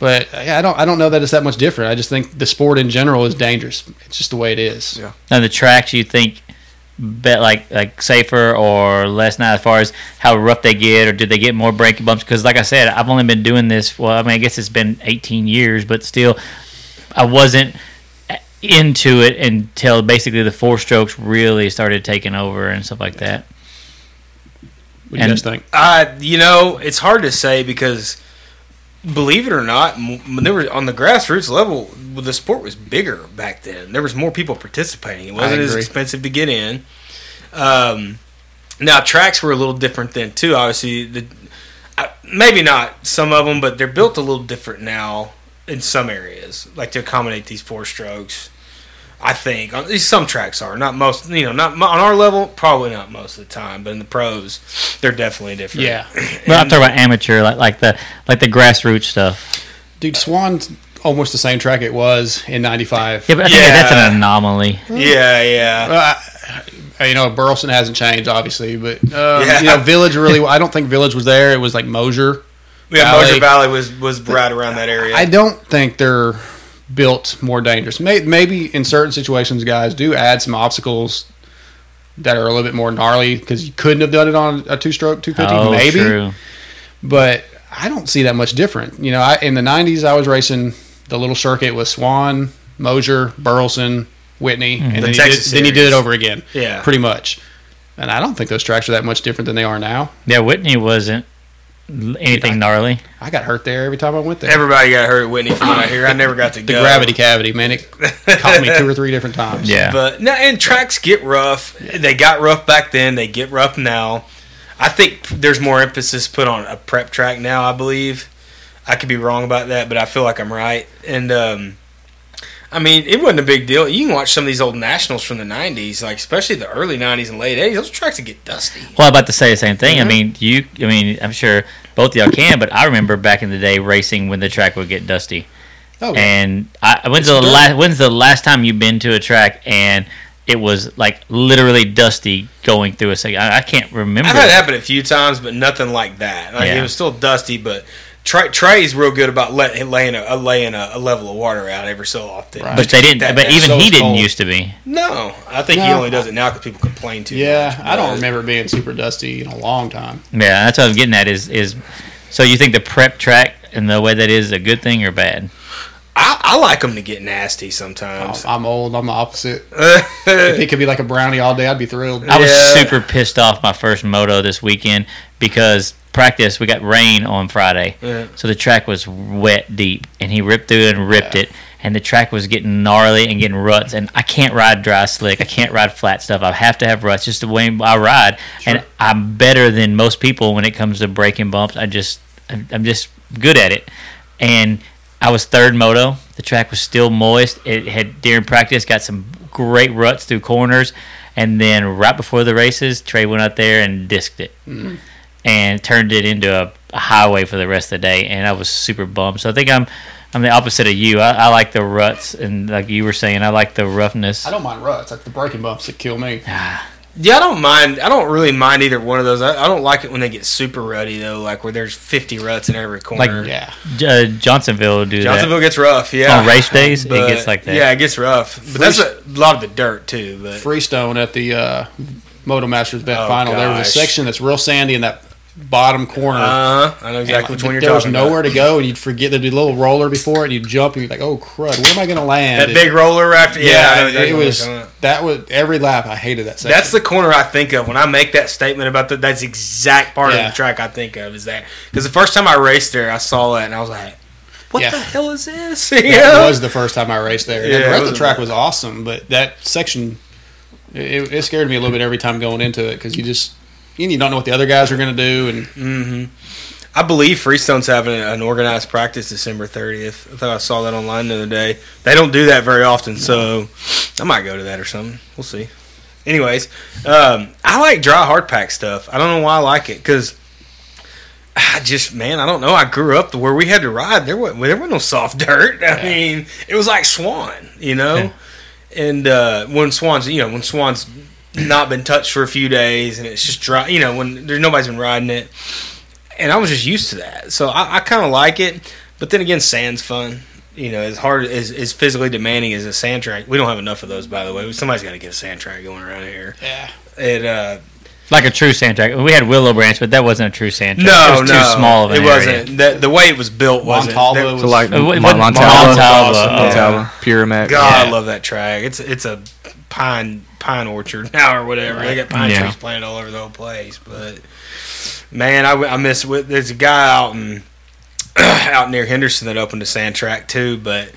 But yeah, I don't, I don't know that it's that much different. I just think the sport in general is dangerous. It's just the way it is.
Yeah.
Now the tracks you think bet like like safer or less now as far as how rough they get or did they get more breaking bumps? Because like I said, I've only been doing this. Well, I mean, I guess it's been 18 years, but still, I wasn't into it until basically the four strokes really started taking over and stuff like that.
What do you
And-
guys think?
I, you know, it's hard to say because, believe it or not, m- when they were on the grassroots level, the sport was bigger back then. There was more people participating. It wasn't as
agree.
expensive to get in. Um, now tracks were a little different then too. Obviously, the I- maybe not some of them, but they're built a little different now in some areas, like to accommodate these four strokes. I think on, these- some tracks are not most, you know, not mo- on our level, probably not most of the time, but in the pros, they're definitely different.
Yeah,
But I'm talking about amateur, like like the like the grassroots stuff.
dude, Swan's almost the same track it was in '95.
Yeah, but I think
Yeah.
that's an anomaly.
yeah, yeah.
Uh, I- you know, Burleson hasn't changed, obviously, but uh,
Yeah.
you know, Village really. I don't think Village was there. It was like Mosier.
Yeah,
Valley.
Mosier Valley was was right around that area.
I don't think they're built more dangerous. May- Maybe in certain situations, guys do add some obstacles that are a little bit more gnarly because you couldn't have done it on a two-stroke, two fifty,
Oh,
maybe.
true.
But I don't see that much different. You know, I, in the '90s, I was racing the little circuit with Swan, Mosier, Burleson, Whitney, and
Mm-hmm. The
then,
Texas
he did, then he did
series.
it over again.
yeah,
pretty much. And I don't think those tracks are that much different than they are now.
Yeah, Whitney wasn't l- anything gnarly.
I got hurt there every time I went there.
everybody got hurt at Whitney from out here. I never got to
the
go.
gravity cavity, man, it caught me two or three different times.
Yeah.
But no, and tracks get rough. They got rough back then. They get rough now. I think there's more emphasis put on a prep track now. I believe. I could be wrong about that, but I feel like I'm right. And um, I mean, it wasn't a big deal. You can watch some of these old nationals from the '90s, like especially the early '90s and late '80s. Those tracks would get dusty.
Well, I'm about to say the same thing. I mean, you. I mean, I'm sure both of y'all can, but I remember back in the day racing when the track would get dusty.
Oh, yeah.
And I, when's the
dirt.
last? When's the last time you've been to a track and it was like literally dusty going through a second? I, I can't remember.
I've had it happen a few times, but nothing like that. Like
Yeah.
it was still dusty, but Trey, Trey's real good about let, laying a laying a, a level of water out every so often.
Right.
but they didn't.
That-
but
that's
even
so
he didn't
cold.
used to be.
No, I think he
No.
only does it now because people complain too.
Yeah,
much,
I
but-
don't remember it being super dusty in a long time.
Yeah, that's what I'm getting at. Is is so you think the prep track and the way that is a good thing or bad?
I, I like them to get nasty
I'm,
sometimes.
I'm old. I'm the opposite. If it could be like a brownie all day, I'd be thrilled.
I was
Yeah.
super pissed off my first moto this weekend because practice we got rain on Friday,
Yeah.
so the track was wet deep, and he ripped through and ripped it, and the track was getting gnarly and getting ruts, and I can't ride dry slick, I can't ride flat stuff, I have to have ruts just the way I ride, and I'm better than most people when it comes to breaking bumps. I just I'm I'm just good at it, and I was third moto. The track was still moist. It had during practice got some great ruts through corners, and then right before the races, Trey went out there and disked it
Mm-hmm.
and turned it into a, a highway for the rest of the day. And I was super bummed. So I think I'm I'm the opposite of you. I, I like the ruts and like you were saying, I like the roughness.
I don't mind ruts. Like the breaking bumps that kill me.
yeah, I don't mind. I don't really mind either one of those. I, I don't like it when they get super ruddy though, like where there's 50 ruts in every corner.
Like,
Yeah,
J- uh, Johnsonville will do
Johnsonville gets rough. Yeah,
On race days, it
But-
gets like that.
Yeah, it gets rough. But that's a lot of the dirt too. But
Freestone at the uh, Moto Masters Vet
Oh,
Final. There was a
gosh.
section that's real sandy in that bottom corner.
uh, I know
And,
exactly
like,
which one you're
there was
talking about.
nowhere to go, and you'd forget there'd be a little roller before it, and you'd jump, and you'd be like, "Oh crud, where am I going to land?"
That
And-
big roller after yeah, I know
yeah,
exactly
it
what you're
was
talking about.
that was every lap. I hated that section.
That's the corner I think of when I make that statement about that. That's the exact part
Yeah.
of the track I think of is that because the first time I raced there, I saw that and I was like, "What
Yeah.
the hell is this?"
that
yeah,
was the first time I raced there.
Yeah,
the
it
rest of
was-
the track was awesome, but that section it, it scared me a little bit every time going into it because you just you, you don't know what the other guys are going to do, and
I believe Freestone's having an organized practice December thirtieth. I thought I saw that online the other day. They don't do that very often, so I might go to that or something. We'll see. Anyways, um, I like dry hard pack stuff. I don't know why I like it because. I just man, I don't know. I grew up to where we had to ride. There was there was no soft dirt. I mean, it was like Swan, you know. And uh, when Swan's, you know, when Swan's not been touched for a few days, and it's just dry. You know, when there's nobody's been riding it, and I was just used to that, so I, I kind of like it. But then again, sand's fun. You know, as hard as as physically demanding as a sand track, we don't have enough of those. By the way, somebody's got to get a sand track going around here.
Yeah.
It uh,
Like a true sand track. We had Willow Branch, but that wasn't a true sand track.
no,
it was
no,
too small of an
it wasn't. The, the way it was built wasn't.
Montalvo
there-
was
So like
Uh, what-
Mon-
what-
Montalva,
Montalva,
Montalva,
yeah.
Pyramid.
God, I
Yeah.
love that track. It's it's a pine pine orchard now or whatever. They got pine
Yeah.
trees planted all over the whole place. But man, I, w- I miss with there's a guy out in out near Henderson that opened a sand track too. But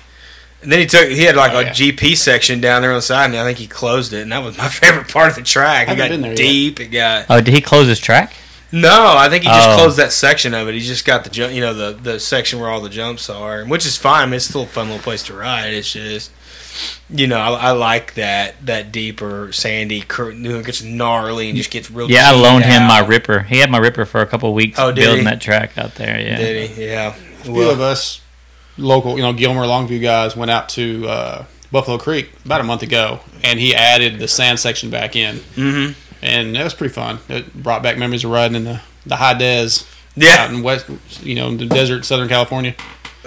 and then he took he had like
Oh,
a
yeah.
GP section down there on the side, and I think he closed it, and that was my favorite part of the track. It
Haven't been there
got
yet.
deep. It got
Oh, did he close his track?
no, I think he just
Oh.
closed that section of it. He just got the jump, you know, the the section where all the jumps are, which is fine. I mean, It's still a fun little place to ride. It's just, you know, I, I like that that deeper sandy, cur- you know, it gets gnarly and just gets real.
Yeah, I
keyed
loaned him my
out.
Ripper. He had my Ripper for a couple weeks
Oh, did
building
he?
that track out there. Yeah.
Did he? Yeah.
a few of
Well,
us local, you know, Gilmer Longview guys went out to uh, Buffalo Creek about a month ago, and he added the sand section back in,
hmm
and that was pretty fun. It brought back memories of riding in the the high des out
Yeah.
in west, you know, in the desert, Southern California.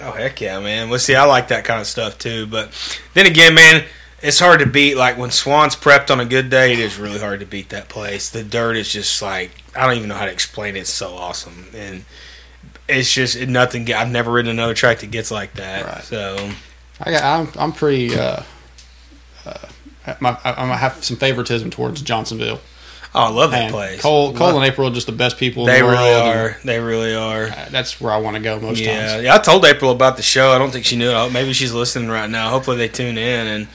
Oh heck yeah, man. Well, see, I like that kind of stuff too. But then again, man. It's hard to beat. Like when Swan's prepped on a good day, it is really hard to beat that place. The dirt is just like I don't even know how to explain it. It's so awesome, and it's just it, nothing. I've never ridden another track that gets like that.
Right.
So
I got, I'm I'm pretty. Uh, uh, my, I, I have some favoritism towards Johnsonville.
oh, I love that
And
place.
Cole, Cole
Love-
and April are just the best people.
they
in the world,
really
and,
are. They really are.
uh, That's where I want to go most
Yeah,
times.
yeah. I told April about the show. I don't think she knew. it. Oh, Maybe she's listening right now. Hopefully they tune in and.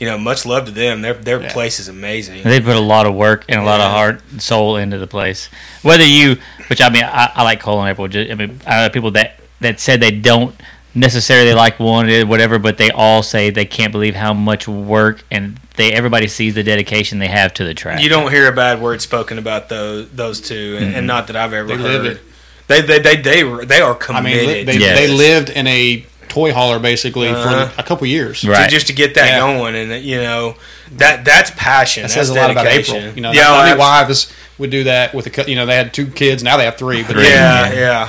You know, much love to them. Their their
Yeah.
place is amazing.
They put a lot of work and a lot
Yeah.
of heart and soul into the place. Whether you, which I mean, I, I like Cole and April. Just, I mean, I know people that that said they don't necessarily like one or whatever, but they all say they can't believe how much work and they everybody sees the dedication they have to the track.
You don't hear a bad word spoken about those those two, and,
Mm-hmm.
and not that I've ever
They live
heard.
it.
They they they they were- they are
I mean,
committed.
li- they,
to
Yes.
they
this.
lived in a toy hauler basically
Uh-huh.
for a couple years.
to-
right?
just to get that
Yeah.
going, and you know that that's passion.
That
That's
says a lot about
dedication.
April. You know,
yeah,
yeah,
well,
many
abs-
wives would do that with a. cou- You know, they had two kids. Now they have three. But
Three.
yeah,
Yeah.
yeah.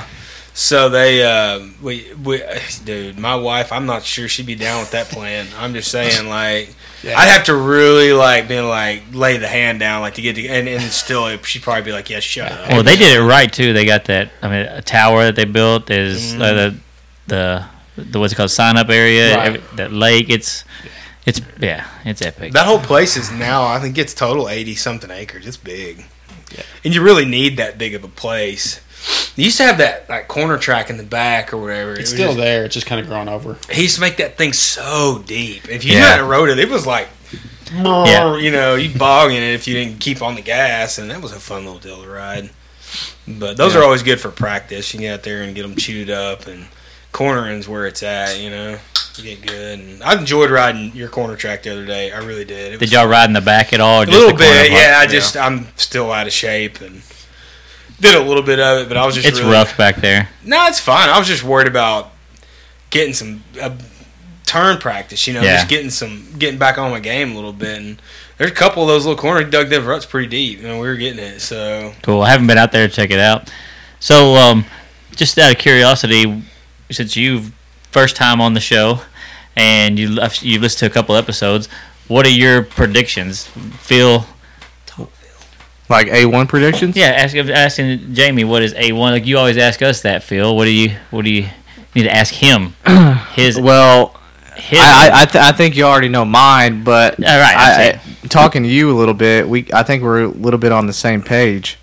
So they, uh, we, we, dude, my wife, I'm not sure she'd be down with that plan. I'm just saying, like,
Yeah.
I'd have to really like be like lay the hand down, like to get to, and, and still she'd probably be like, yeah, shut up.
Well, they did it right too. They got that. I mean, a tower that they built is uh, the,
Mm.
the the what's it called sign up area.
Right.
Every, that lake. It's it's yeah. It's epic.
That whole place is now, I think it's total 80 something acres. It's big. And you really need that big of a place. You used to have that like corner track in the back or whatever.
it's
It was
still
just-
there. It's just kind of grown over.
He used to make that thing so deep. If you
Yeah.
had eroded, it was like, you know, you bogging it if you didn't keep on the gas. And that was a fun little deal to ride. But those are always good for practice. You can get out there and get them chewed up, and cornering's where it's at, you know. You get good. And I enjoyed riding your corner track the other day. I really did. It was
Did y'all ride in the back at all? Or
a little
the corner
bit,
part?
yeah. I just I'm still out of shape and did a little bit of it, but I was just
It's
really,
rough back there.
No, it's fine. I was just worried about getting some uh, turn practice. You know,
Yeah.
just getting some getting back on my game a little bit. And there's a couple of those little corners dug them ruts pretty deep, and we were getting it. So
Cool. I haven't been out there to check it out. So, um, just out of curiosity, since you've first time on the show and you left, you listened to a couple episodes, what are your predictions? Phil,
Like A1 predictions?
yeah, ask, asking Jamie what is a one. Like you always ask us that, Phil. What do you what do you need to ask him? His
Well,
his.
I I, I, th- I think you already know mine, but
All right, I'm
I, I- talking to you a little bit, we I think we're a little bit on the same page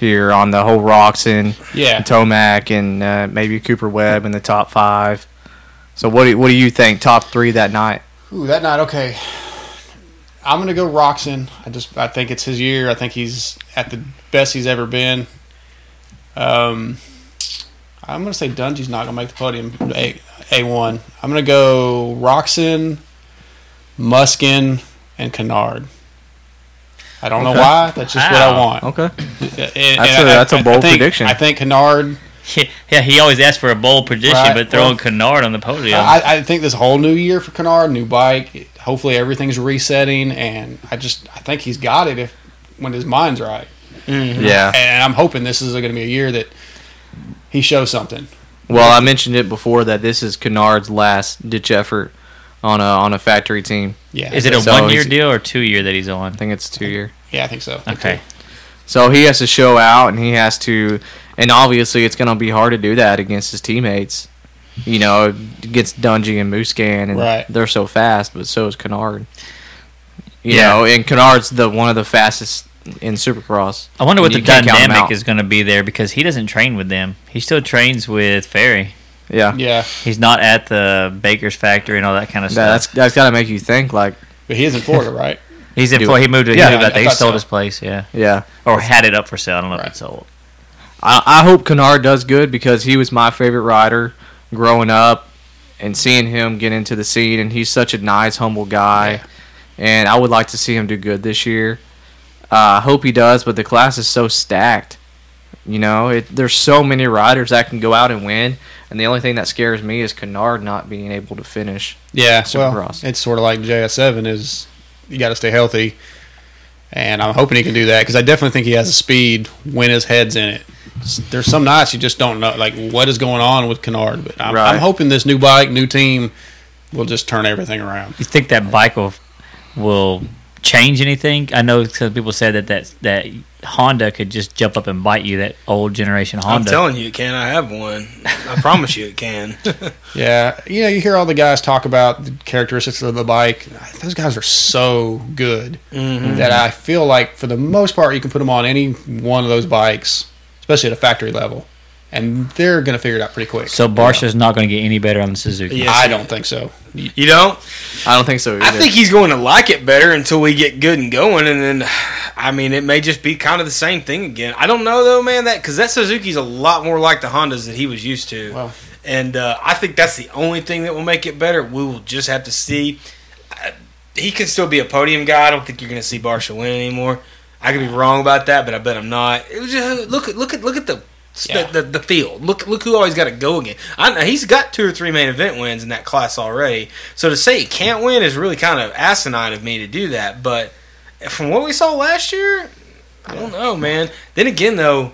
here on the whole Roxon,
Yeah.
Tomac, and uh, maybe Cooper Webb in the top five. So what do what do you think? Top three that night?
Ooh, that night. Okay, I'm gonna go Roxon. I just I think it's his year. I think he's at the best he's ever been. Um, I'm gonna say Dungy's not gonna make the podium. A A one. I'm gonna go Roxon, Muskin, and Kennard. I don't know
Okay.
why. That's just what I
Wow.
want.
Okay.
And- and
That's a- that's a
I
bold
think-
prediction.
I think Kennard
yeah, he always asks for a bold prediction,
Right,
but throwing
well-
Kennard on the podium.
I, I think this whole new year for Kennard, new bike, it- hopefully everything's resetting, and I just I think he's got it if when his mind's right.
Yeah.
And I'm hoping this is going to be a year that he shows something.
Well, I mentioned it before that this is Kennard's last ditch effort on a on a factory team.
Yeah,
is it a
So
one year
is-
deal or two year that he's on?
I think it's two year.
Yeah, I think so.
Okay.
So he has to show out, and he has to, and obviously it's going to be hard to do that against his teammates. You know, against Dungy and Muscan, and
Right.
they're so fast, but so is Kennard. You
Yeah.
know, and Kennard's the one of the fastest in Supercross.
I wonder what
You
the
can't count him out.
dynamic is going to be there because he doesn't train with them. He still trains with Ferry.
Yeah,
Yeah,
He's not at the Baker's factory and all that kind of
That-
stuff.
that's that's got to make you think. Like,
but he is in Florida, right?
he's in
Do
Florida. He moved to he
Yeah,
moved
I-
out there.
I
He
thought
sold
so.
his place, yeah,
yeah,
or had it up for sale. I don't know if
Right.
it's sold.
I, I hope Kennard does good because he was my favorite rider growing up and seeing him get into the scene and he's such a nice, humble guy.
Yeah.
And I would like to see him do good this year. Uh, I hope he does, but the class is so stacked. You know, it, there's so many riders that can go out and win, and the only thing that scares me is Kennard not being able to finish.
Yeah, well,
Supercross.
it's sort of like JS7 is you got to stay healthy, and I'm hoping he can do that because I definitely think he has the speed when his head's in it. S- There's some nights you just don't know like what is going on with Kennard, but I'm,
Right.
I'm hoping this new bike, new team, will just turn everything around.
You think that bike will will change anything? I know some people said that that that Honda could just jump up and bite you. That old generation
I'm
Honda.
telling you, it can. I have one. I promise you, it can.
Yeah, you know, you hear all the guys talk about the characteristics of the bike. Those guys are so good
Mm-hmm.
that I feel like, for the most part, you can put them on any one of those bikes, especially at a factory level, and they're going to figure it out pretty quick.
so Barsha's not going to get any better on the Suzuki.
Yeah.
I don't think so.
You don't?
I don't think so either.
I think he's going to like it better until we get good and going, and then, I mean, it may just be kind of the same thing again. I don't know though, man. That because that Suzuki's a lot more like the Hondas that he was used to,
Wow.
and uh, I think that's the only thing that will make it better. We will just have to see. I- He can still be a podium guy. I don't think you're going to see Barsha win anymore. I could be wrong about that, but I bet I'm not. It was just, look at look at look at the.
Yeah.
The, the, the field. Look look who always got to go again. I know he's got two or three main event wins in that class already. So to say he can't win is really kind of asinine of me to do that. But from what we saw last year, I don't know, man. Then again, though,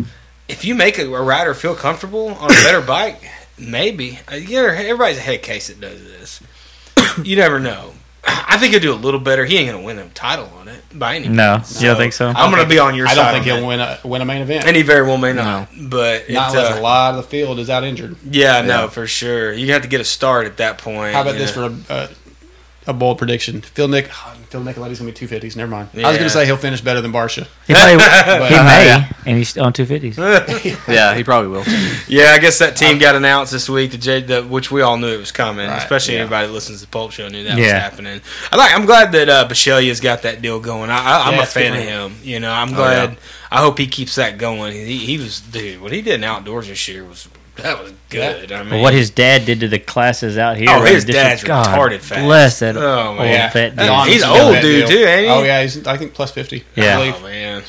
if you make a, a rider feel comfortable on a better bike, maybe. Uh, you know, everybody's a head case that does this. You never know. I think he'll do a little better. He ain't gonna win a title on it by any.
No,
means.
you don't think so?
I'm gonna be on your
I
side.
don't think
on
he'll
that.
win a win a main event.
And he very well may not. But it,
Not unless
uh,
a lot of the field is out injured.
yeah, no, for sure. You have to get a start at that point.
How about
you
this
know.
for a, a, a bold prediction? Phil Nick, ah, Phil Nicoletti's going to be 250s. Never mind. I was going
Yeah.
to say he'll finish better than Barsha.
He, probably-
But-
he may,
Yeah.
and he's on two fifties.
yeah, he probably will.
Yeah, I guess that team got announced this week, the J, the, which we all knew it was coming.
Right,
especially
yeah.
anybody that listens to Pulp Show knew that was
Yeah.
happening. I like. I'm glad that uh, Bashelia's got that deal going. I, I, I'm
Yeah,
a
it's
fan
good. Oh,
of him. You know, I'm glad. I hope he keeps that going. He, he was dude. What he did in outdoors this year was that was good. I mean,
What his dad did to the classes out here.
Oh,
right?
his
This
dad's
is- God
retarded fast.
Bless that
Oh,
old
man. Yeah.
fat
That-
dude.
he's
Giannis got
old
that
dude,
deal.
too, ain't he?
Oh yeah, he's I think plus 50.
Yeah.
I
Oh
believe.
man.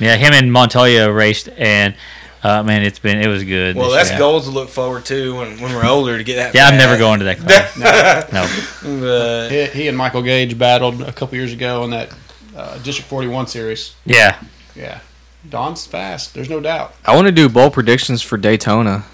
Yeah, him and Montoya raced, and uh, man, it's been it was good.
Well,
this
that's
year.
goals to look forward to when, when we're older to get that.
Yeah, I'm
fat.
never going to that class. no.
But
He, he and Michael Gage battled a couple years ago in that uh, District 41 series.
Yeah.
Yeah. Don's fast. There's no doubt.
I want to do bold predictions for Daytona.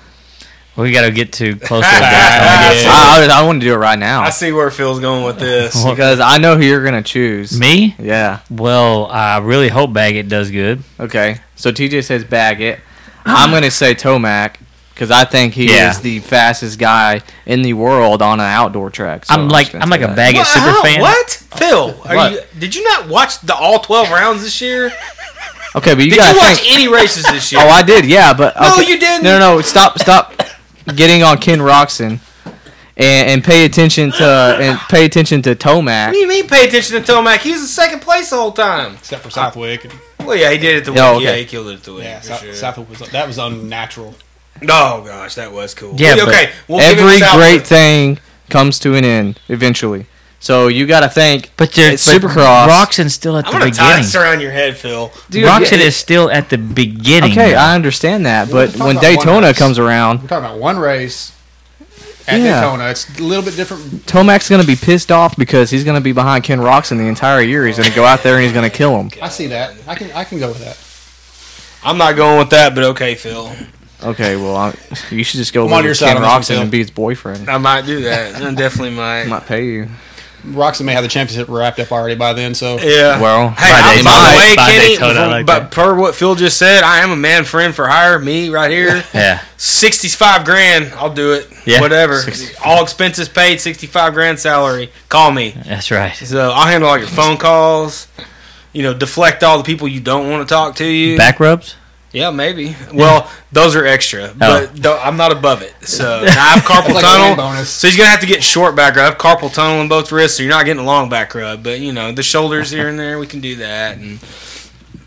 We got to get too close to
Ah,
that.
I, I, I want to do it right now
I see where Phil's going with this.
Well-
because I know who you're gonna choose.
Me?
Yeah.
Well, I really hope Baggett does good.
Okay, so TJ says Baggett. I'm gonna say Tomac because I think he
Yeah.
is the fastest guy in the world on an outdoor track. so
I'm like
just
I'm
gonna
like
say
a
that.
Baggett
What?
super
How?
fan.
What? Phil, are
What?
You, did you not watch the all 12 rounds this year?
Okay, but you
Did
gotta
you watch
think.
any races this year?
Oh, I did. Yeah, but
No,
okay.
you didn't.
No, no, no. Stop, stop getting on Ken Roxon and, and pay attention to and pay attention to
what
Tomac.
do you mean pay attention to Tomac? He was in second place the whole time.
Except for Southwick. And,
Well, yeah, he did it the week.
Oh,
Yeah,
okay.
he killed it the week.
yeah,
for
South,
sure.
Southwick was that was unnatural.
Oh, gosh, that was cool.
Yeah,
We-
but
okay. We'll give him
Every
South-
great thing comes to an end eventually. So you got to think,
But you're
It's
but
Supercross.
Roxan's still at
I'm
the
gonna tie
beginning.
this around your head, Phil.
dude.
Roxanne
yeah,
is still at the beginning.
okay.
though.
I understand that,
We're
but
talking
when
about one
Daytona
race.
comes around,
We're talking about one race at
Yeah.
Daytona. It's a little bit different.
Tomac's going to be pissed off because he's going to be behind Ken Roxon the entire year. He's going to go out there and he's going to kill him.
I see that. I can I can go with that.
I'm not going with that, but okay, Phil.
Okay, well, I, you should just go
I'm
with
on your side
Ken
on this one,
Roxon
Phil.
and be his boyfriend.
I might do that. I definitely
I
might.
might pay you.
Roxon may have the championship wrapped up already by then. So
Yeah.
Well,
Hey,
By
I,
Daytona.
by the way,
By
Kenny,
Daytona, I like
but
that.
per what Phil just said, I am a man friend for hire. Me right here,
Yeah.
sixty-five grand, I'll do it.
Yeah.
whatever. All expenses paid, sixty-five grand salary. Call me.
That's right.
So I'll handle all your phone calls. You know, deflect all the people you don't want to talk to you.
Back rubs?
Yeah, maybe. Well, those are extra,
Oh.
but tho- I'm not above it. So and I have carpal
Like a
tunnel.
win bonus.
So he's gonna have to get short back rub. I have carpal tunnel in both wrists, so you're not getting a long back rub. But you know, the shoulders here and there, we can do that. And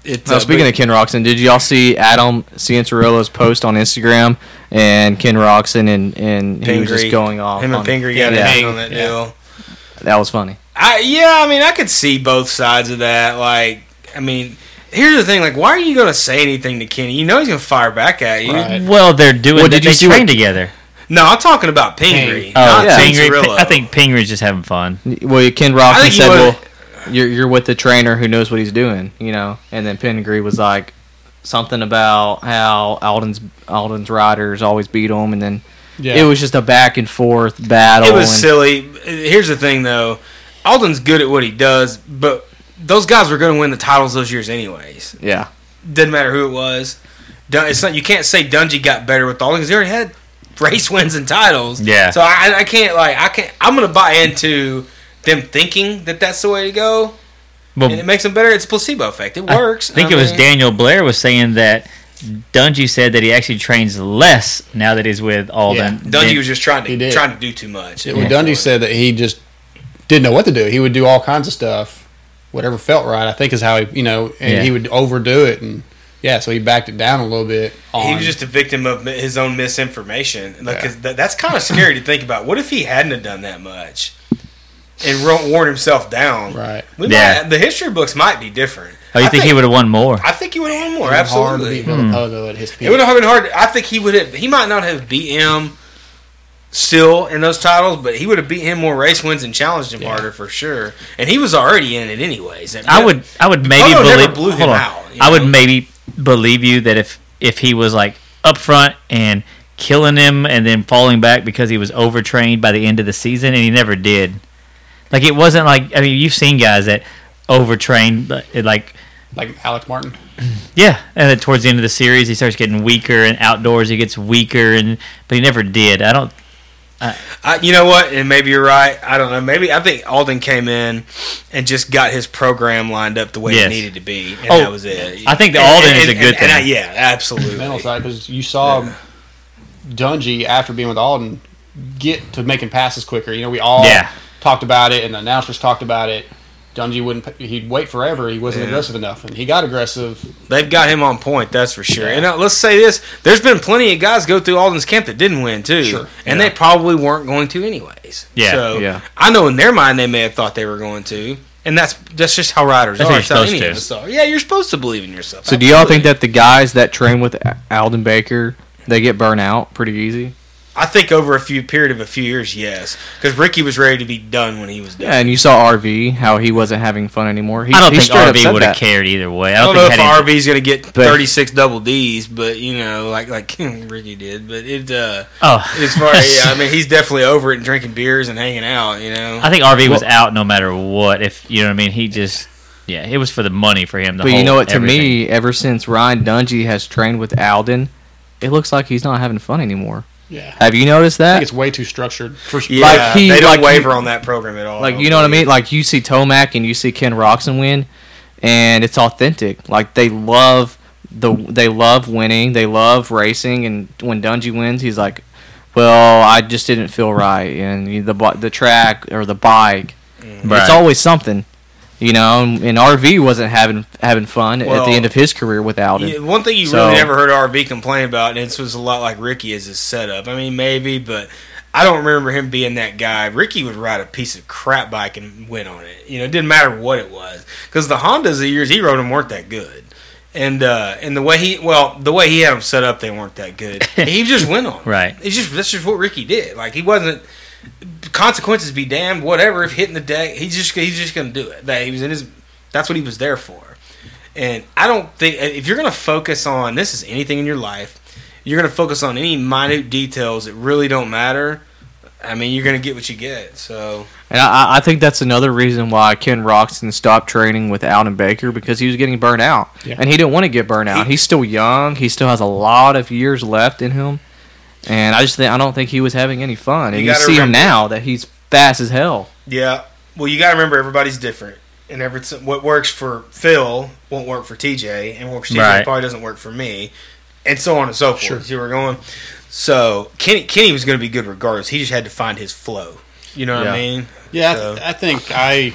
it's
Now, speaking of Ken Roxon, did y'all see Adam Ciancerillo's post on Instagram and Ken Roxon and, and he was just going off?
him and
on-
Pingree got
Yeah.
it on that
Yeah.
deal.
That was funny.
I yeah, I mean, I could see both sides of that. Like, I mean, here's the thing: like, why are you gonna say anything to Kenny? You know he's gonna fire back at you.
Right.
Well, they're doing.
Well,
they
did you
they
see
train
what-
together.
No, I'm talking about Pingree,
Pingree.
Oh,
not
yeah.
Pingree-
Pingree.
I think Pingreen's just having fun.
Well, Ken
I
Roxon
think he
said,
was-
"Well, you're you're with the trainer who knows what he's doing," you know. And then Pingree was like something about how Alden's Alden's riders always beat him, and then
yeah,
it was just a back and forth battle.
It was
and-
silly. Here's the thing, though. Alden's good at what he does, but those guys were going to win the titles those years anyways.
yeah.
Didn't matter who it was. Dun- It's not you can't say Dungy got better with Alden because he already had race wins and titles.
Yeah.
So I, I can't like I can't. I'm going to buy into them thinking that that's the way to go,
But
and it makes them better. It's placebo effect. It
I
works.
think
I
it was
mean-
Daniel Blair was saying that Dungy said that he actually trains less now that he's with Alden.
Yeah.
Dungy was just trying
He
to
did.
trying to do too much.
Yeah, well, Dundee said that he just didn't know what to do. He would do all kinds of stuff, whatever felt right. I think is how he, you know, and
Yeah.
he would overdo it, and yeah, so he backed it down a little bit. On,
He was just a victim of mi- his own misinformation. Like,
Yeah.
'cause tha- that's kind of scary to think about. What if he hadn't have done that much and ro- worn himself down?
right.
We
Yeah.
might, the history books might be different.
oh, you
I
think, he would have won more?
I think he would have won more.
Hard to
Absolutely, Hmm.
beat Villanova at his peak.
it would have been hard. I think he would have. He might not have beat him still in those titles, but he would have beat him more race wins and challenged him harder for sure. And he was already in it anyways.
I would I would maybe
Toto never
believe
blew him
hold on.
out, you
I would
know?
maybe believe you that if if he was like up front and killing him and then falling back because he was overtrained by the end of the season and he never did. Like it wasn't like I mean you've seen guys that overtrain but it like
like Alex Martin.
yeah, and then towards the end of the series he starts getting weaker and outdoors he gets weaker and but he never did. I don't
I, you know what? And maybe you're right. I don't know. Maybe I think Alden came in and just got his program lined up the way
Yes.
it needed to be, and
Oh,
that was it.
I think the
And-
Alden
and-
is a
and-
good
and I-
thing.
yeah, absolutely.
mental side because you saw Dungy after being with Alden get to making passes quicker. You know, we all
Yeah.
talked about it, and the announcers talked about it. Dungy wouldn't; he'd wait forever. He wasn't
Yeah.
aggressive enough, and he got aggressive.
They've got him on point, that's for sure. And uh, let's say this: there's been plenty of guys go through Alden's camp that didn't win too,
Sure.
and they probably weren't going to anyways.
Yeah.
So
Yeah.
I know in their mind they may have thought they were going to, and that's that's just how riders
That's
are.
what
It's
you're
how
supposed
any of
to.
us are. Yeah, you're supposed to believe in yourself.
So do y'all think that the guys that train with A- Alden Baker they get burnt out pretty easy?
I think over a few period of a few years, yes, because Ricky was ready to be done when he was done.
Yeah, and you saw RV how he wasn't having fun anymore. He,
I don't
he
think
straight up said
RV would have
that.
cared either way.
I don't,
think he
know
had
if
any-
RV's gonna get
But-
36 double D's, but you know, like like Ricky did. But it, uh,
Oh,
as far yeah, I mean, he's definitely over it and drinking beers and hanging out. You know,
I think RV was out no matter what. If you know what I mean, he just yeah, it was for the money for him. The
But you
whole
know what? To
everything.
me, ever since Ryan Dungey has trained with Alden, it looks like he's not having fun anymore.
Yeah, I
Have you noticed
think
that?
it's way too structured. For
yeah,
like he-
they don't
like
waver
he-
on that program at all.
Like you know what I mean? Like you see Tomac and you see Ken Roxon win, and it's authentic. Like they love the they love winning, they love racing, and when Dungey wins, he's like, "Well, I just didn't feel right," and the bu- the track or the bike,
Right.
it's always something. You know, and, and RV wasn't having having fun at
Well,
the end of his career with Alden.
Yeah, one thing you
So-
really never heard RV complain about, and this was a lot like Ricky, is his setup. I mean, maybe, but I don't remember him being that guy. Ricky would ride a piece of crap bike and win on it. You know, it didn't matter what it was because the Hondas the years he rode them weren't that good. And uh, and the way he well the way he had them set up they weren't that good. he just went on 'em.
Right.
It's just that's just what Ricky did. Like he wasn't consequences be damned. Whatever if hitting the deck, he's just he's just gonna do it. That he was in his that's what he was there for. And I don't think uh, if you're going to focus on this is anything in your life, you're going to focus on any minute details that really don't matter. I mean, you're going to get what you get. So
And I, I think that's another reason why Ken Roxton stopped training with Alden Baker because he was getting burnt out.
Yeah.
And he didn't want to get burnt out.
He-
He's still young. He still has a lot of years left in him. And I just think, I don't think he was having any fun.
You
And you,
gotta
see him
remember-
now that he's fast as hell.
yeah, well, you got to remember everybody's different, and every what works for Phil won't work for TJ, and what works for TJ
Right.
probably doesn't work for me, and so on and so forth.
Sure.
See where we're going. So Kenny Kenny was going to be good regardless. He just had to find his flow. You know what I mean?
Yeah, I,
So-
I think I.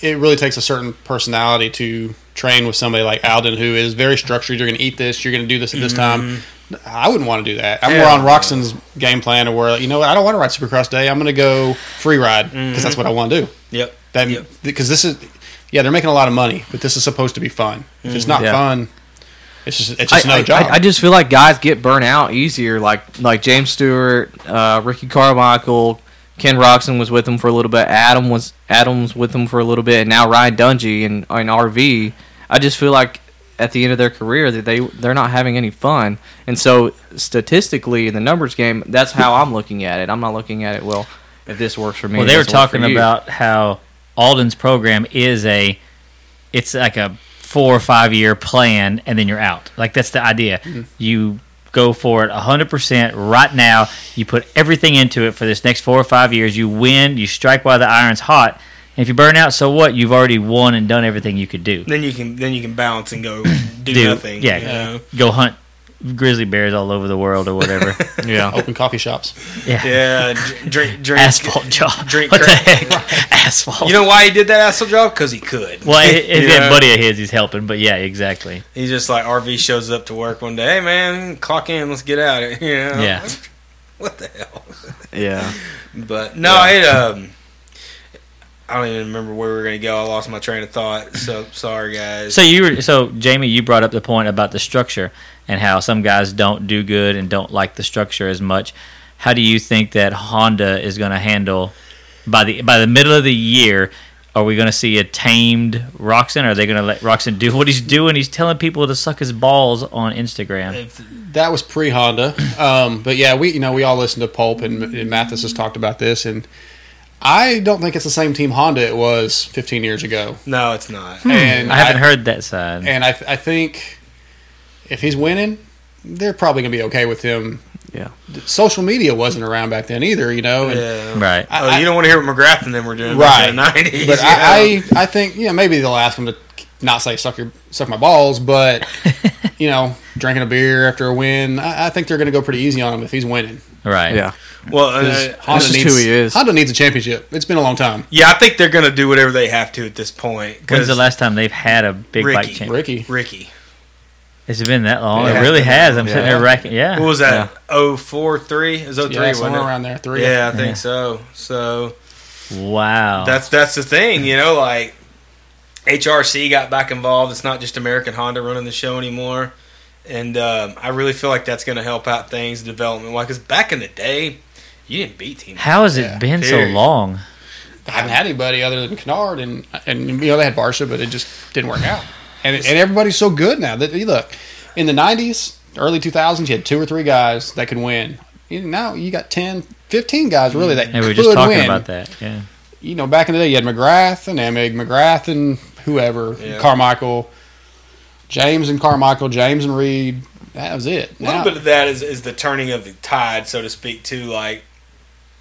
It really takes a certain personality to train with somebody like Alden, who is very structured. You're going to eat this. You're going to do this at this
Mm-hmm.
time. I wouldn't want to do that. I'm more
Yeah.
on Roxon's game plan, or where you know I don't want to ride Supercross day. I'm going to go free ride because
Mm-hmm.
that's what I want to do.
Yep.
That
Yep.
because this is yeah they're making a lot of money, but this is supposed to be fun. If it's not
Mm-hmm. Yeah.
fun, it's just it's
I,
just no
I-
job.
I, I just feel like guys get burnt out easier. Like like James Stewart, uh, Ricky Carmichael, Ken Roxon was with him for a little bit. Adam was Adams with him for a little bit, and now Ryan Dungey and, and RV. I just feel like at the end of their career that they they're not having any fun, and so statistically in the numbers game, that's how I'm looking at it. I'm not looking at it well. If this works for me,
Well,
it
they were
doesn't work for
talking
you.
about how Alden's program is a, it's like a four or five year plan, and then you're out. Like that's the idea.
Mm-hmm.
You go for it 100% right now. You put everything into it for this next four or five years. You win. You strike while the iron's hot. And if you burn out, so what? You've already won and done everything you could do.
Then you can then you can balance and go do,
Do-
nothing.
yeah.
you know?
Go hunt grizzly bears all over the world or whatever.
yeah.
Open coffee shops.
yeah.
Yeah, dr- drink, drink
Asphalt job.
Drink
what the
cur-
heck? Asphalt.
You know why he did that asshole job? Because he could.
well, it, it's
You uh,
that
know?
buddy of his. He's helping, but yeah, exactly.
He's just like RV shows up to work one day. Hey man, clock in. Let's get out of here. You know?
Yeah.
What the hell?
Yeah.
But no, it um. I don't even remember where we were gonna go. I lost my train of thought. So sorry, guys.
So you were so Jamie, you brought up the point about the structure and how some guys don't do good and don't like the structure as much. How do you think that Honda is going to handle by the by the middle of the year? Are we going to see a tamed Roxon? Are they going to let Roxon do what he's doing? He's telling people to suck his balls on Instagram.
If-
That was pre Honda, um, but yeah, we you know we all listened to Pulp and, and Mathis has talked about this, and I don't think it's the same team Honda it was 15 years ago.
no, it's not.
Hmm.
And
I haven't heard that side.
And I, I think if he's winning, they're probably gonna be okay with him.
Yeah.
Social media wasn't around back then either, you know. And,
Yeah.
Right.
Oh,
I-
you don't want to hear what McGrath and them were doing right.
Right.
in the 90s.
But
you know?
I, I, I think yeah, maybe they'll ask him to not say suck your suck my balls, but you know, drinking a beer after a win, I, I think they're gonna go pretty easy on him if he's winning.
Right.
Yeah.
well,
'Cause
uh,
Honda
is
needs,
who he is.
Honda needs a championship. It's been a long time.
yeah, I think they're gonna do whatever they have to at this point.
When's
'cause
the last time they've had a big
Ricky.
bike change?
Ricky.
Ricky?
It's been that long.
Yeah.
It really has. I'm sitting
Yeah.
there racking. Yeah.
What was that? Oh four three? It was oh three,
Yeah,
wasn't it?
somewhere around there. Three.
Yeah, I think
Yeah.
so. So
Wow.
that's that's the thing, you know, like HRC got back involved. It's not just American Honda running the show anymore. And um, I really feel like that's going to help out things development wise. Because back in the day, you didn't beat Team.
How has it
Yeah.
been
Period.
so long?
I haven't had anybody other than Kennard and and you know they had Barsha, but it just didn't work out. And and everybody's so good now that you look in the '90s, early 2000s, you had two or three guys that could win. You know, now you got 10, 15 guys really that
Hey, we were
could
just talking
win.
about that. Yeah.
You know, back in the day, you had McGrath and Amig, McGrath and whoever,
Yeah.
Carmichael, James and Carmichael, James and Reed. That was it.
A little
Now-
bit of that is, is the turning of the tide, so to speak, too. Like,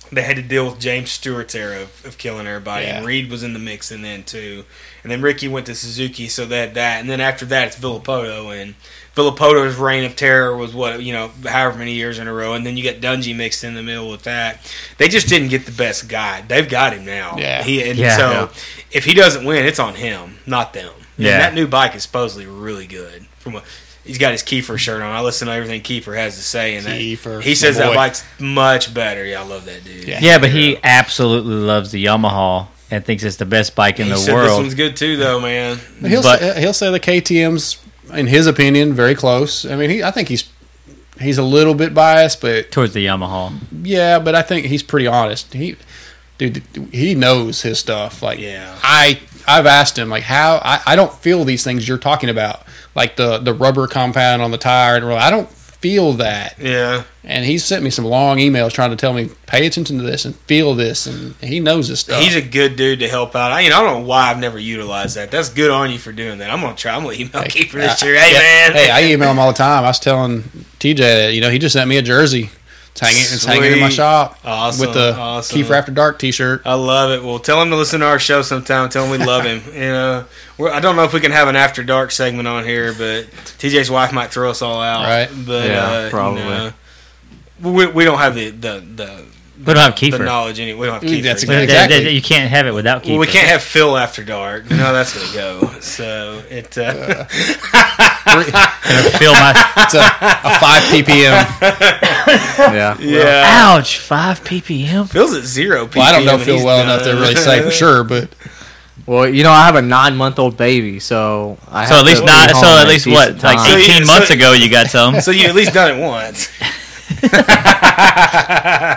they had to deal with James Stewart's era of, of killing everybody, and
Yeah.
Reed was in the mix, and then too, and then Ricky went to Suzuki, so they had that, and then after that, it's Villapoto, and Villapoto's reign of terror was what you know, however many years in a row, and then you got Dungy mixed in the middle with that. They just didn't get the best guy. They've got him now.
Yeah.
He and
Yeah.
so
Yeah.
if he doesn't win, it's on him, not them. And
Yeah.
that new bike is supposedly really good. From what He's got his Kiefer shirt on. I listen to everything Kiefer has to say, and that-
Kiefer,
he says
my
that
boy.
bike's much better. Yeah, I love that dude.
Yeah.
Yeah, but he absolutely loves the Yamaha and thinks it's the best bike in
He
the
said this
world.
one's good too, though, man.
He'll
But-
say, uh, he'll say the KTM's in his opinion very close. I mean, he I think he's he's a little bit biased, but
Towards the Yamaha.
yeah, but I think he's pretty honest. He dude, he knows his stuff. Like
Yeah.
I I've asked him like how I, I don't feel these things you're talking about, like the the rubber compound on the tire and all- I don't feel that.
Yeah,
And he sent me some long emails trying to tell me pay attention to this and feel this and he knows his stuff.
he's a good dude to help out. I, you know, I don't know why I've never utilized that. That's good on you for doing that. I'm gonna try. I'm gonna email Kiefer this
I-
year. Hey,
uh, yeah,
man.
Hey, I email him all the time. I was telling TJ that you know he just sent me a jersey. It's hanging, it's hanging in my
Sweet.
shop
Awesome,
with the
awesome.
Keefer After Dark T-shirt.
I love it. Well, tell him to listen to our show sometime. Tell him we love him. You know, we're, I don't know if we can have an after dark segment on here, but TJ's wife might throw us all out.
Right.
But
Yeah,
uh,
probably.
You know, we, we don't have the the the,
We don't have
the
Kiefer.
knowledge any. We don't have
Mm,
Kiefer.
that's a
But
good-
Well,
that- that-
Exactly.
you can't have it without Kiefer.
we can't have Phil after dark. No, that's gonna go. So it. Uh,
Feel my
It's a, a five ppm.
Yeah.
yeah.
ouch five ppm.
Phil's at zero.
Well, I don't know
PPM,
feel
he's
well enough to
done.
really say for sure, but
Well, you know, I have a nine-month-old baby, so I
So
have
at least
to
not.
be
So
home
at
a
least what?
decent
Like
time.
So you-
eighteen months
so-
ago, you got some.
So you at least done it once.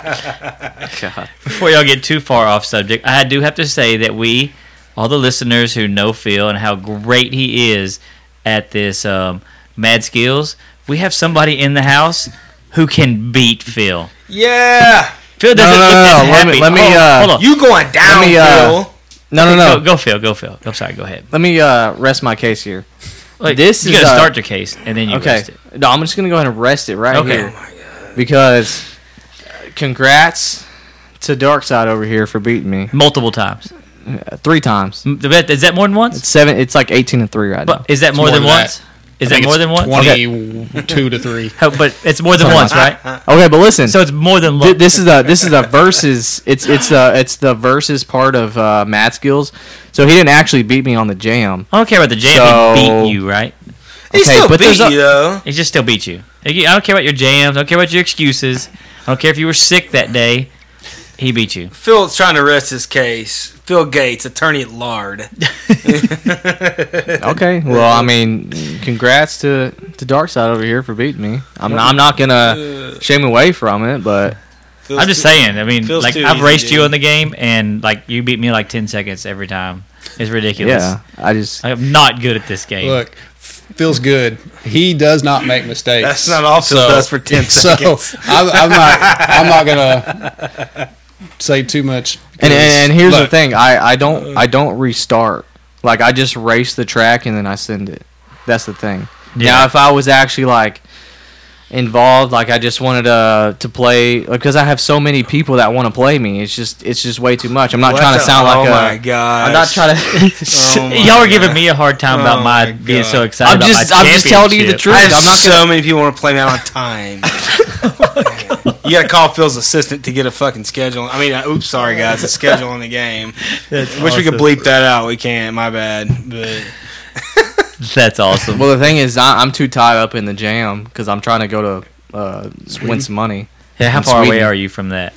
God.
Before y'all get too far off subject, I do have to say that we, all the listeners who know Phil and how great he is at this um, mad skills, we have somebody in the house who can beat Phil.
Yeah.
Phil doesn't
no,
look
no,
that
no. Let
happy.
me- let me,
Oh,
uh,
hold on.
You going down,
Let me, uh,
Phil?
No, no,
go,
no.
go, Phil. Go, Phil. I'm sorry. Go ahead.
Let me uh, rest my case here.
Like,
This
you
is,
gotta
uh,
start your case and then you
Okay.
rest it.
No, I'm just gonna go ahead and rest it right
Okay.
here because uh, congrats to Dark Side over here for beating me
multiple times.
uh, three times.
M- Is that more than once?
It's seven. It's like 18 and three right now.
But is that more,
more
than,
than
once? Is that more than once?
Twenty-two to three.
How- But it's more than once, right?
okay, but listen.
So it's more than
Th-
once.
this is the this is the versus. It's it's the it's the versus part of uh, Matt skills. So he didn't actually beat me on the jam.
I don't care about the jam.
So-
he beat you, right?
He
Okay,
still
but
beat
there's a-
you though.
He just still beat you. I don't care about your jams. I don't care about your excuses. I don't care if you were sick that day. He beat you.
Phil's trying to rest his case. Phil Gates, attorney at lard.
Okay. Well, I mean, congrats to to Dark Side over here for beating me. I'm not, I'm not gonna shame away from it, but
Phil's
I'm just
too-
saying. I mean,
Feels
like
too
I've
easy,
raced you
dude.
in the game, and like you beat me like ten seconds every time. It's ridiculous.
yeah, I just
I'm not good at this game.
Look, feels good. He does not make mistakes.
That's not all Phil does for 10 seconds.
So I'm, I'm not. I'm not gonna say too much.
and, and and here's the
Look,
thing. I I don't I don't restart. Like I just race the track and then I send it. That's the thing.
Yeah.
Now if I was actually like involved, like I just wanted uh, to to play because I have so many people that want to play me. It's just it's just way too much. I'm not
Well,
trying to
that's a-
sound like
oh
a.
my gosh.
I'm not trying to.
Oh my
Y'all are
God.
giving me a hard time about
Oh
my,
my
being
God.
so excited.
I'm
about
just
my
I'm just telling you the
championship.
truth.
I
I'm
have
not
so
gonna.
many people want to play me out on time. you gotta call Phil's assistant to get a fucking schedule. I mean, uh, oops, sorry guys, a schedule in the game. Wish we could bleep that out. We can't. My bad. But
That's awesome.
Well, the thing is, I, I'm too tied up in the jam because I'm trying to go to uh, win some money.
Yeah, how
in
far away
Sweden.
are you from that?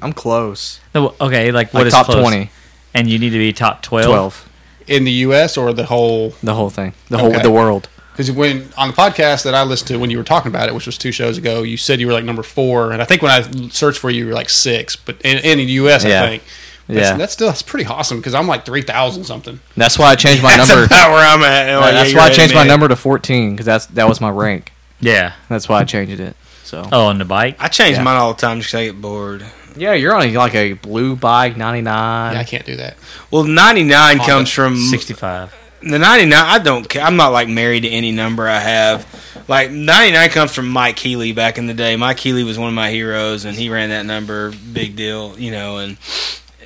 I'm close.
No, okay, like
Like
what is
top
close?
20,
and you need to be top 12.
12,
in the U.S. or the whole
the whole thing, the whole
Okay.
the world.
Because when on the podcast that I listened to when you were talking about it, which was two shows ago, you said you were like number four, and I think when I searched for you, you were like six, but in, in the U.S.
Yeah.
I think. That's,
Yeah.
that's still that's pretty awesome because I'm like three thousand something.
That's why I changed my
that's
number.
about where I'm at.
uh,
Like, yeah,
that's
you're
why I
right,
changed my
man.
number to 14 because that's that was my rank.
Yeah.
That's why I changed it. So
Oh, on the bike.
I change
Yeah.
mine all the time just 'cause I get bored.
yeah, you're on like a blue bike 99.
Yeah, I can't do that.
Well, 99
Oh,
Honda,
comes from
65.
The 99, I don't care. I'm not like married to any number I have. Like 99 comes from Mike Healy back in the day. Mike Healy was one of my heroes, and he ran that number. Big deal, you know. And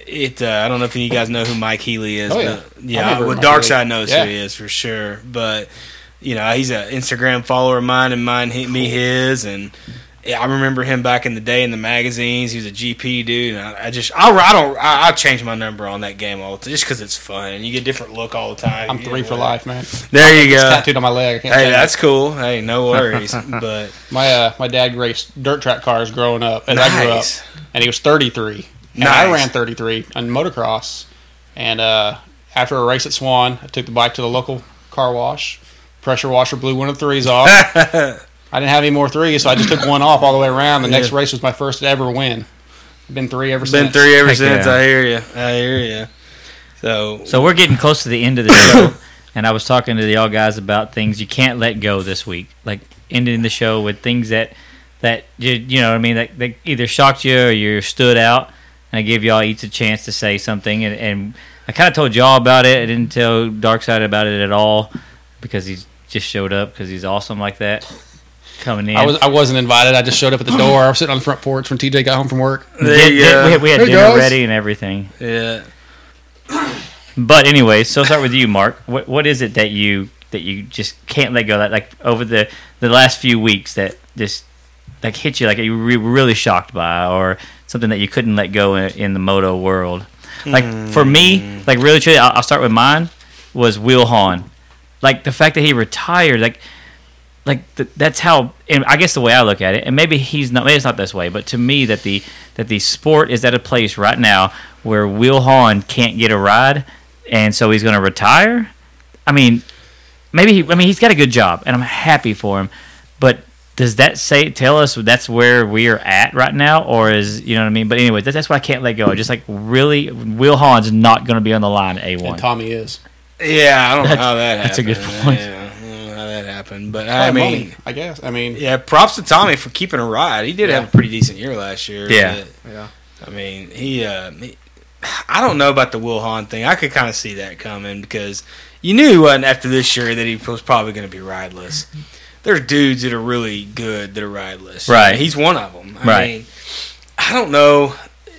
it, uh, I don't know if any of you guys know who Mike Healy is.
Oh, yeah.
But
I
yeah,
remember
well,
Mike
Dark
Healy.
Side knows
Yeah.
who he is for sure. But, you know, he's an Instagram follower of mine, and mine hit me his. And yeah, I remember him back in the day in the magazines. He was a GP dude, and I, I just I, I don't I, I change my number on that game all the time just because it's fun and you get a different look all the time.
I'm
You
three
know,
for
whatever.
life, man.
There you
It's
go.
tattooed on my leg. I can't
Hey,
tell you.
that's cool. Hey, no worries. but
my uh, my dad raced dirt track cars growing up as I grew up,
Nice.
and he was 33. And I
Nice.
ran 33 on motocross, and uh, after a race at Swan, I took the bike to the local car wash. Pressure washer blew one of the threes off. I didn't have any more threes, so I just took one off all the way around. The next
Yeah.
race was my first ever win. I've been three ever
been
since.
three ever
Heck
since.
yeah.
I hear you. I hear you. So,
So we're getting close to the end of the show, and I was talking to y'all guys about things you can't let go this week, like ending the show with things that that you, you know what I mean that, that either shocked you or you stood out. And I give y'all each a chance to say something, and, and I kind of told y'all about it. I didn't tell Darkside about it at all because he's just showed up because he's awesome like that. Coming in,
I was I wasn't invited. I just showed up at the door. I was sitting on the front porch when TJ got home from work.
there
Did-
you
did-
go.
we had, we had
uh, Hey,
dinner
guys.
ready and everything.
yeah.
But anyway, so I'll start with you, Mark. What what is it that you that you just can't let go? That like over the the last few weeks that just like hit you like you were re- really shocked by, or something that you couldn't let go in, in the moto world. Like for me, like really truly, I'll, I'll start with mine was Will Hahn. Like the fact that he retired, like like th- that's how and i guess the way i look at it and maybe he's not maybe it's not this way but to me that the that the sport is at a place right now where will hahn can't get a ride and so he's going to retire i mean maybe he i mean he's got a good job and i'm happy for him but does that say tell us that's where we are at right now or is you know what i mean but anyway that, that's what i can't let go just like really will hahn's not going to be on the line at
And
a1
Tommy is.
Yeah, I don't know
That's-
how that
that's a
happened.
good point.
Yeah, I don't know how that happened. But
Probably
I mean,
money, I guess. I mean,
yeah, props to Tommy for keeping a ride. He did
Yeah.
have a pretty decent year last year.
Yeah.
but,
Yeah.
I mean, he, uh, he- I don't know about the Will Hahn thing. I could kind of see that coming because you knew he wasn't after this year that he was probably going to be rideless. There's dudes that are really good that are rideless.
Right.
He's one of them. I
Right.
mean, I don't know.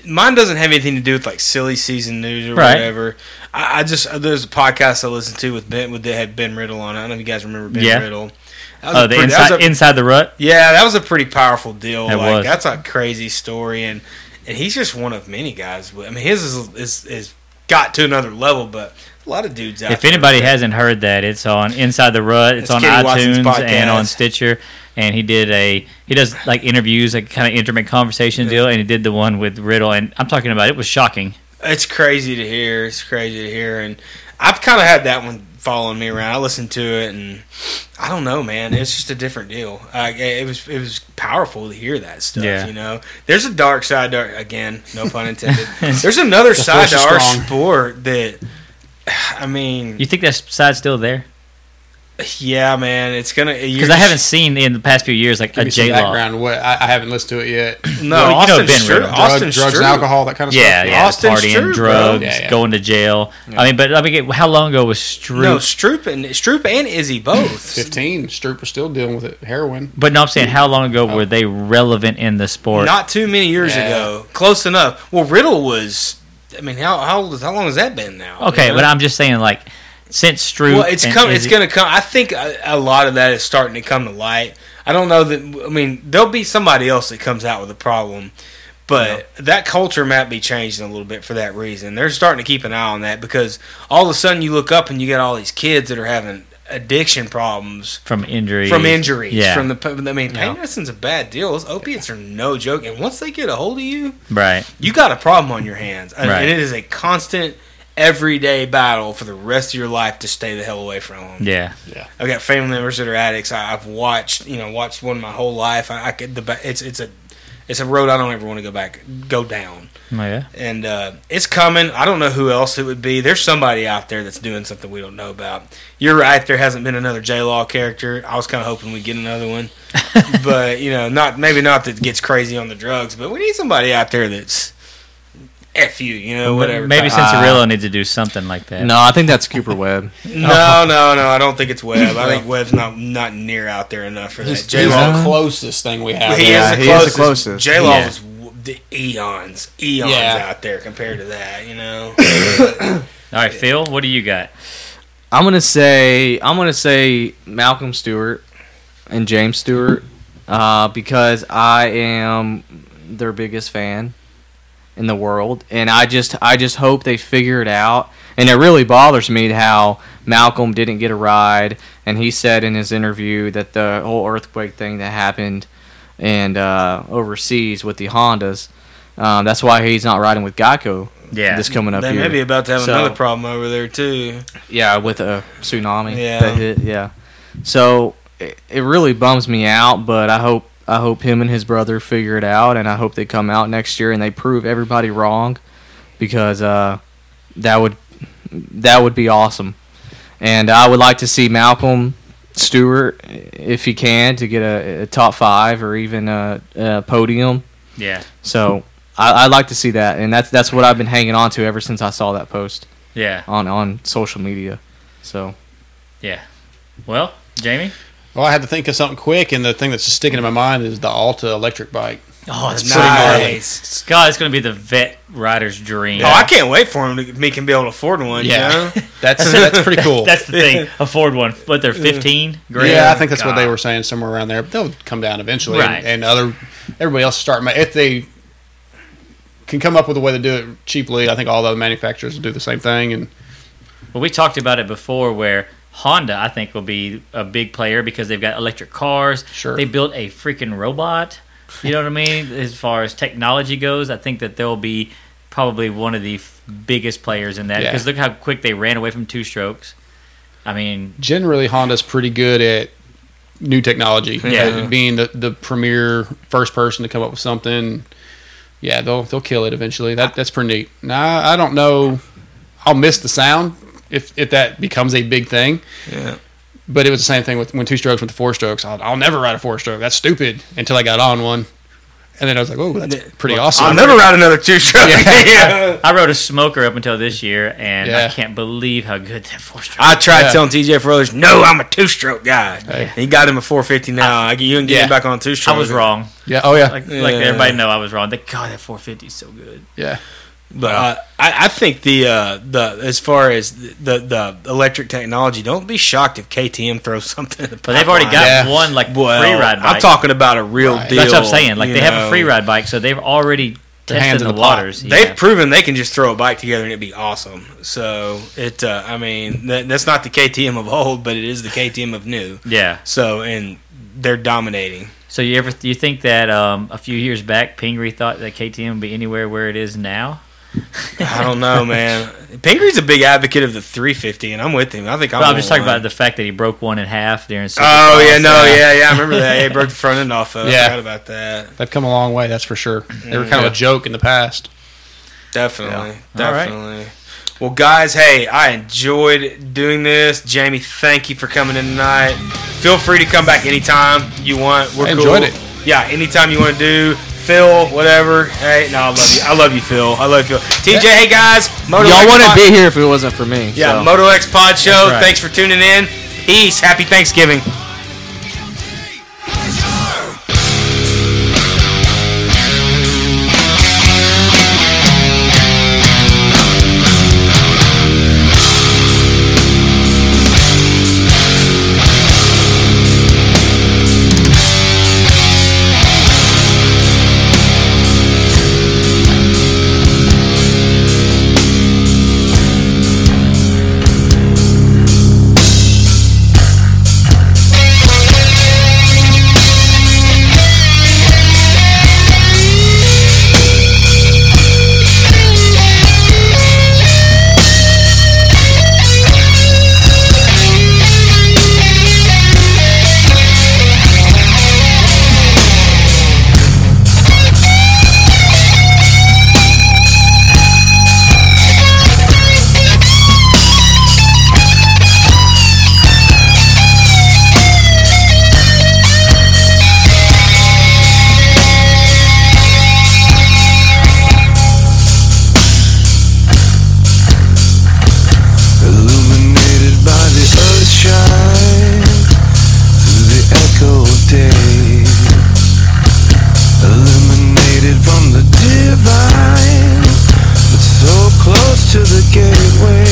Mine doesn't have anything to do with like silly season news or
Right.
whatever. I, I just uh, there's a podcast I listened to with Ben with that had Ben Riddle on. it. I don't know if you guys remember Ben
Yeah.
Riddle. That was
oh
a
the
pretty- that was
inside,
a-
inside the rut
yeah, that was a pretty powerful deal.
It
like
was.
that's a crazy story, and and he's just one of many guys. I mean, his is is, is got to another level, but a lot of dudes out.
If
there-
anybody hasn't heard that, it's on Inside the Rut, it's,
It's
on
Kenny Watson's
iTunes
podcast.
and on Stitcher. And he did a he does like interviews, like kind of intimate conversation deal, and he did the one with Riddle. And I'm talking about it was shocking.
It's crazy to hear. It's crazy to hear, and I've kind of had that one following me around. I listened to it, and I don't know, man. It's just a different deal. Like it was, it was powerful to hear that stuff.
Yeah.
You know, there's a dark side. to our- again, no pun intended. there's another side
force
to
is
our
strong.
sport that, I mean,
You think that side's still there?
yeah, man. It's gonna
Because I haven't seen in the past few years like
give
a
me some
J Law.
background. What I, I haven't listened to it yet.
No,
Well, you
Austin
know Ben
Stru-
Riddle.
Drug-
Austin
drugs,
Strud-
and alcohol, that kind of
Yeah, yeah,
stuff.
the
Austin
partying,
Struber.
drugs,
Yeah, yeah.
going to jail. I mean, but let me get how long ago was Stroop?
No, Stroop and Stroop and Izzy both.
Fifteen. Stroop was still dealing with it. Heroin.
but no, I'm saying how long ago were they relevant in the sport?
Oh. Not too many years
Yeah.
ago. Close enough. Well, Riddle was. I mean, how how old is- how long has that been now?
okay,
You know?
but I'm just saying like since Stroop.
Well, it's
and
come. It's
Izzy-
going to come. I think a, a lot of that is starting to come to light. I don't know that. I mean, there'll be somebody else that comes out with a problem, but that culture might be changing a little bit for that reason. They're starting to keep an eye on that because all of a sudden you look up and you got all these kids that are having addiction problems
from injuries.
from injuries.
Yeah.
From the, I mean, pain medicine's a bad deal. Those opiates are no joke. And once they get a hold of you,
right.
you got a problem on your hands, and,
Right.
and it is a constant, everyday battle for the rest of your life to stay the hell away from them.
Yeah.
I've got family members that are addicts. I, I've watched, you know, watched one my whole life. I, I could, the, ba- it's it's a, it's a road I don't ever want to go back, go down.
Oh, yeah.
And uh, it's coming. I don't know who else it would be. There's somebody out there that's doing something we don't know about. You're right. There hasn't been another J Law character. I was kind of hoping we'd get another one, but you know, not maybe not that gets crazy on the drugs. But we need somebody out there that's f you, you know, whatever. Uh,
Maybe
type.
Cincerillo needs to do something like that.
No, I think that's Cooper Webb.
no, no, no. I don't think it's Webb. I think Webb's not not near out there enough for that.
He's,
J
he's
Law
the closest thing we have.
He
Yeah,
is the
he is the
closest.
closest.
J Law
Yeah.
was w- the eons, eons
Yeah.
out there compared to that. You know,
All right, Phil, what do you got?
I'm gonna say I'm gonna say Malcolm Stewart and James Stewart. uh, because I am their biggest fan in the world, and I just I just hope they figure it out. And it really bothers me how Malcolm didn't get a ride, and he said in his interview that the whole earthquake thing that happened and uh, overseas with the Hondas, um, that's why he's not riding with Geico
Yeah.
this coming up
They
year.
may be about to have
So-
another problem over there too.
Yeah, with a tsunami
Yeah.
that hit. Yeah, so it, it really bums me out, but I hope I hope him and his brother figure it out, and I hope they come out next year and they prove everybody wrong, because uh, that would that would be awesome, and I would like to see Malcolm Stewart if he can to get a, a top five or even a, a podium.
yeah.
So I, I'd like to see that, and that's that's what I've been hanging on to ever since I saw that post
Yeah.
on on social media. So
Yeah. Well, Jamie.
Well, I had to think of something quick, and the thing that's just sticking in my mind is the Alta electric bike.
Oh, it's
Nice.
Scott, it's going to be the vet rider's dream.
Oh, I can't wait for him to me can be able to afford one.
Yeah.
You know?
That's that's pretty cool.
That's the thing. Afford one. But they're 15 grand.
yeah, I think that's what they
God.
were saying somewhere around there. They'll come down eventually, and-
Right.
and, other everybody else start ma- if they can come up with a way to do it cheaply. I think all the other manufacturers will do the same thing, and
Well, we talked about it before where Honda, I think, will be a big player because they've got electric cars.
Sure.
They built a freaking robot. You know what I mean? As far as technology goes, I think that they'll be probably one of the f- biggest players in that
Yeah.
because look how quick they ran away from two strokes. I mean,
generally Honda's pretty good at new technology.
Yeah.
at being the, the premier first person to come up with something. Yeah, they'll they'll kill it eventually. That that's pretty neat. Now I don't know. I'll miss the sound if if that becomes a big thing.
yeah.
But it was the same thing with when two strokes went to four strokes. I'll, I'll never ride a four stroke. That's stupid. Until I got on one, and then I was like, oh, that's pretty awesome.
I'll never ride another two stroke.
Yeah.
Yeah.
I rode a smoker up until this year, and I
Yeah.
can't believe how good that four stroke.
I tried
Yeah.
telling TJ Frothers, no, I'm a two stroke guy.
Hey.
He got him a 450 now. I, you can get
Yeah.
him back on two stroke.
I was wrong.
yeah. Oh yeah.
Like,
Yeah.
like everybody know I was wrong. Like, God, that 450 is so good.
yeah.
But uh, I, I think the uh, the as far as the, the electric technology, don't be shocked if KTM throws something. In the
But they've already got
Yeah.
one like
well,
free ride bike.
I'm talking about a real
Right.
deal.
That's what I'm saying. Like
you
they have a
know.
free ride bike, so they've already
Their
tested
hands
the,
in the pot.
waters.
They've
Yeah.
proven they can just throw a bike together and it'd be awesome. So it, uh, I mean, that, that's not the KTM of old, but it is the KTM of new.
yeah.
So and they're dominating.
So you ever you think that um, a few years back, Pingree thought that KTM would be anywhere where it is now?
I don't know, man. Pingreen's a big advocate of the 350, and I'm with him. I think I'm.
But I'm just talking about the fact that he broke one in half during.
Oh
Supercross.
yeah, no, yeah, yeah. I remember that. Hey, broke the front end off. Of. I
Yeah.
forgot about that.
They've come a long way. That's for sure. They were kind of
Mm-hmm. Yeah.
a joke in the past.
Definitely.
Yeah. All right.
Definitely. Well, guys, hey, I enjoyed doing this. Jamie, thank you for coming in tonight. Feel free to come back anytime you want. We're
I
cool.
enjoyed it.
Yeah, anytime you want to do. Phil, whatever. Hey, no, I love you. I love you, Phil. I love you, Phil. TJ, hey guys. Moto
y'all
X
wouldn't
Pod-
be here if it wasn't for me.
Yeah,
so.
Moto X Pod Show.
right.
Thanks for tuning in. Peace. Happy Thanksgiving.
Illuminated by the earth shine through the echo of day. Illuminated from the divine, but so close to the gateway.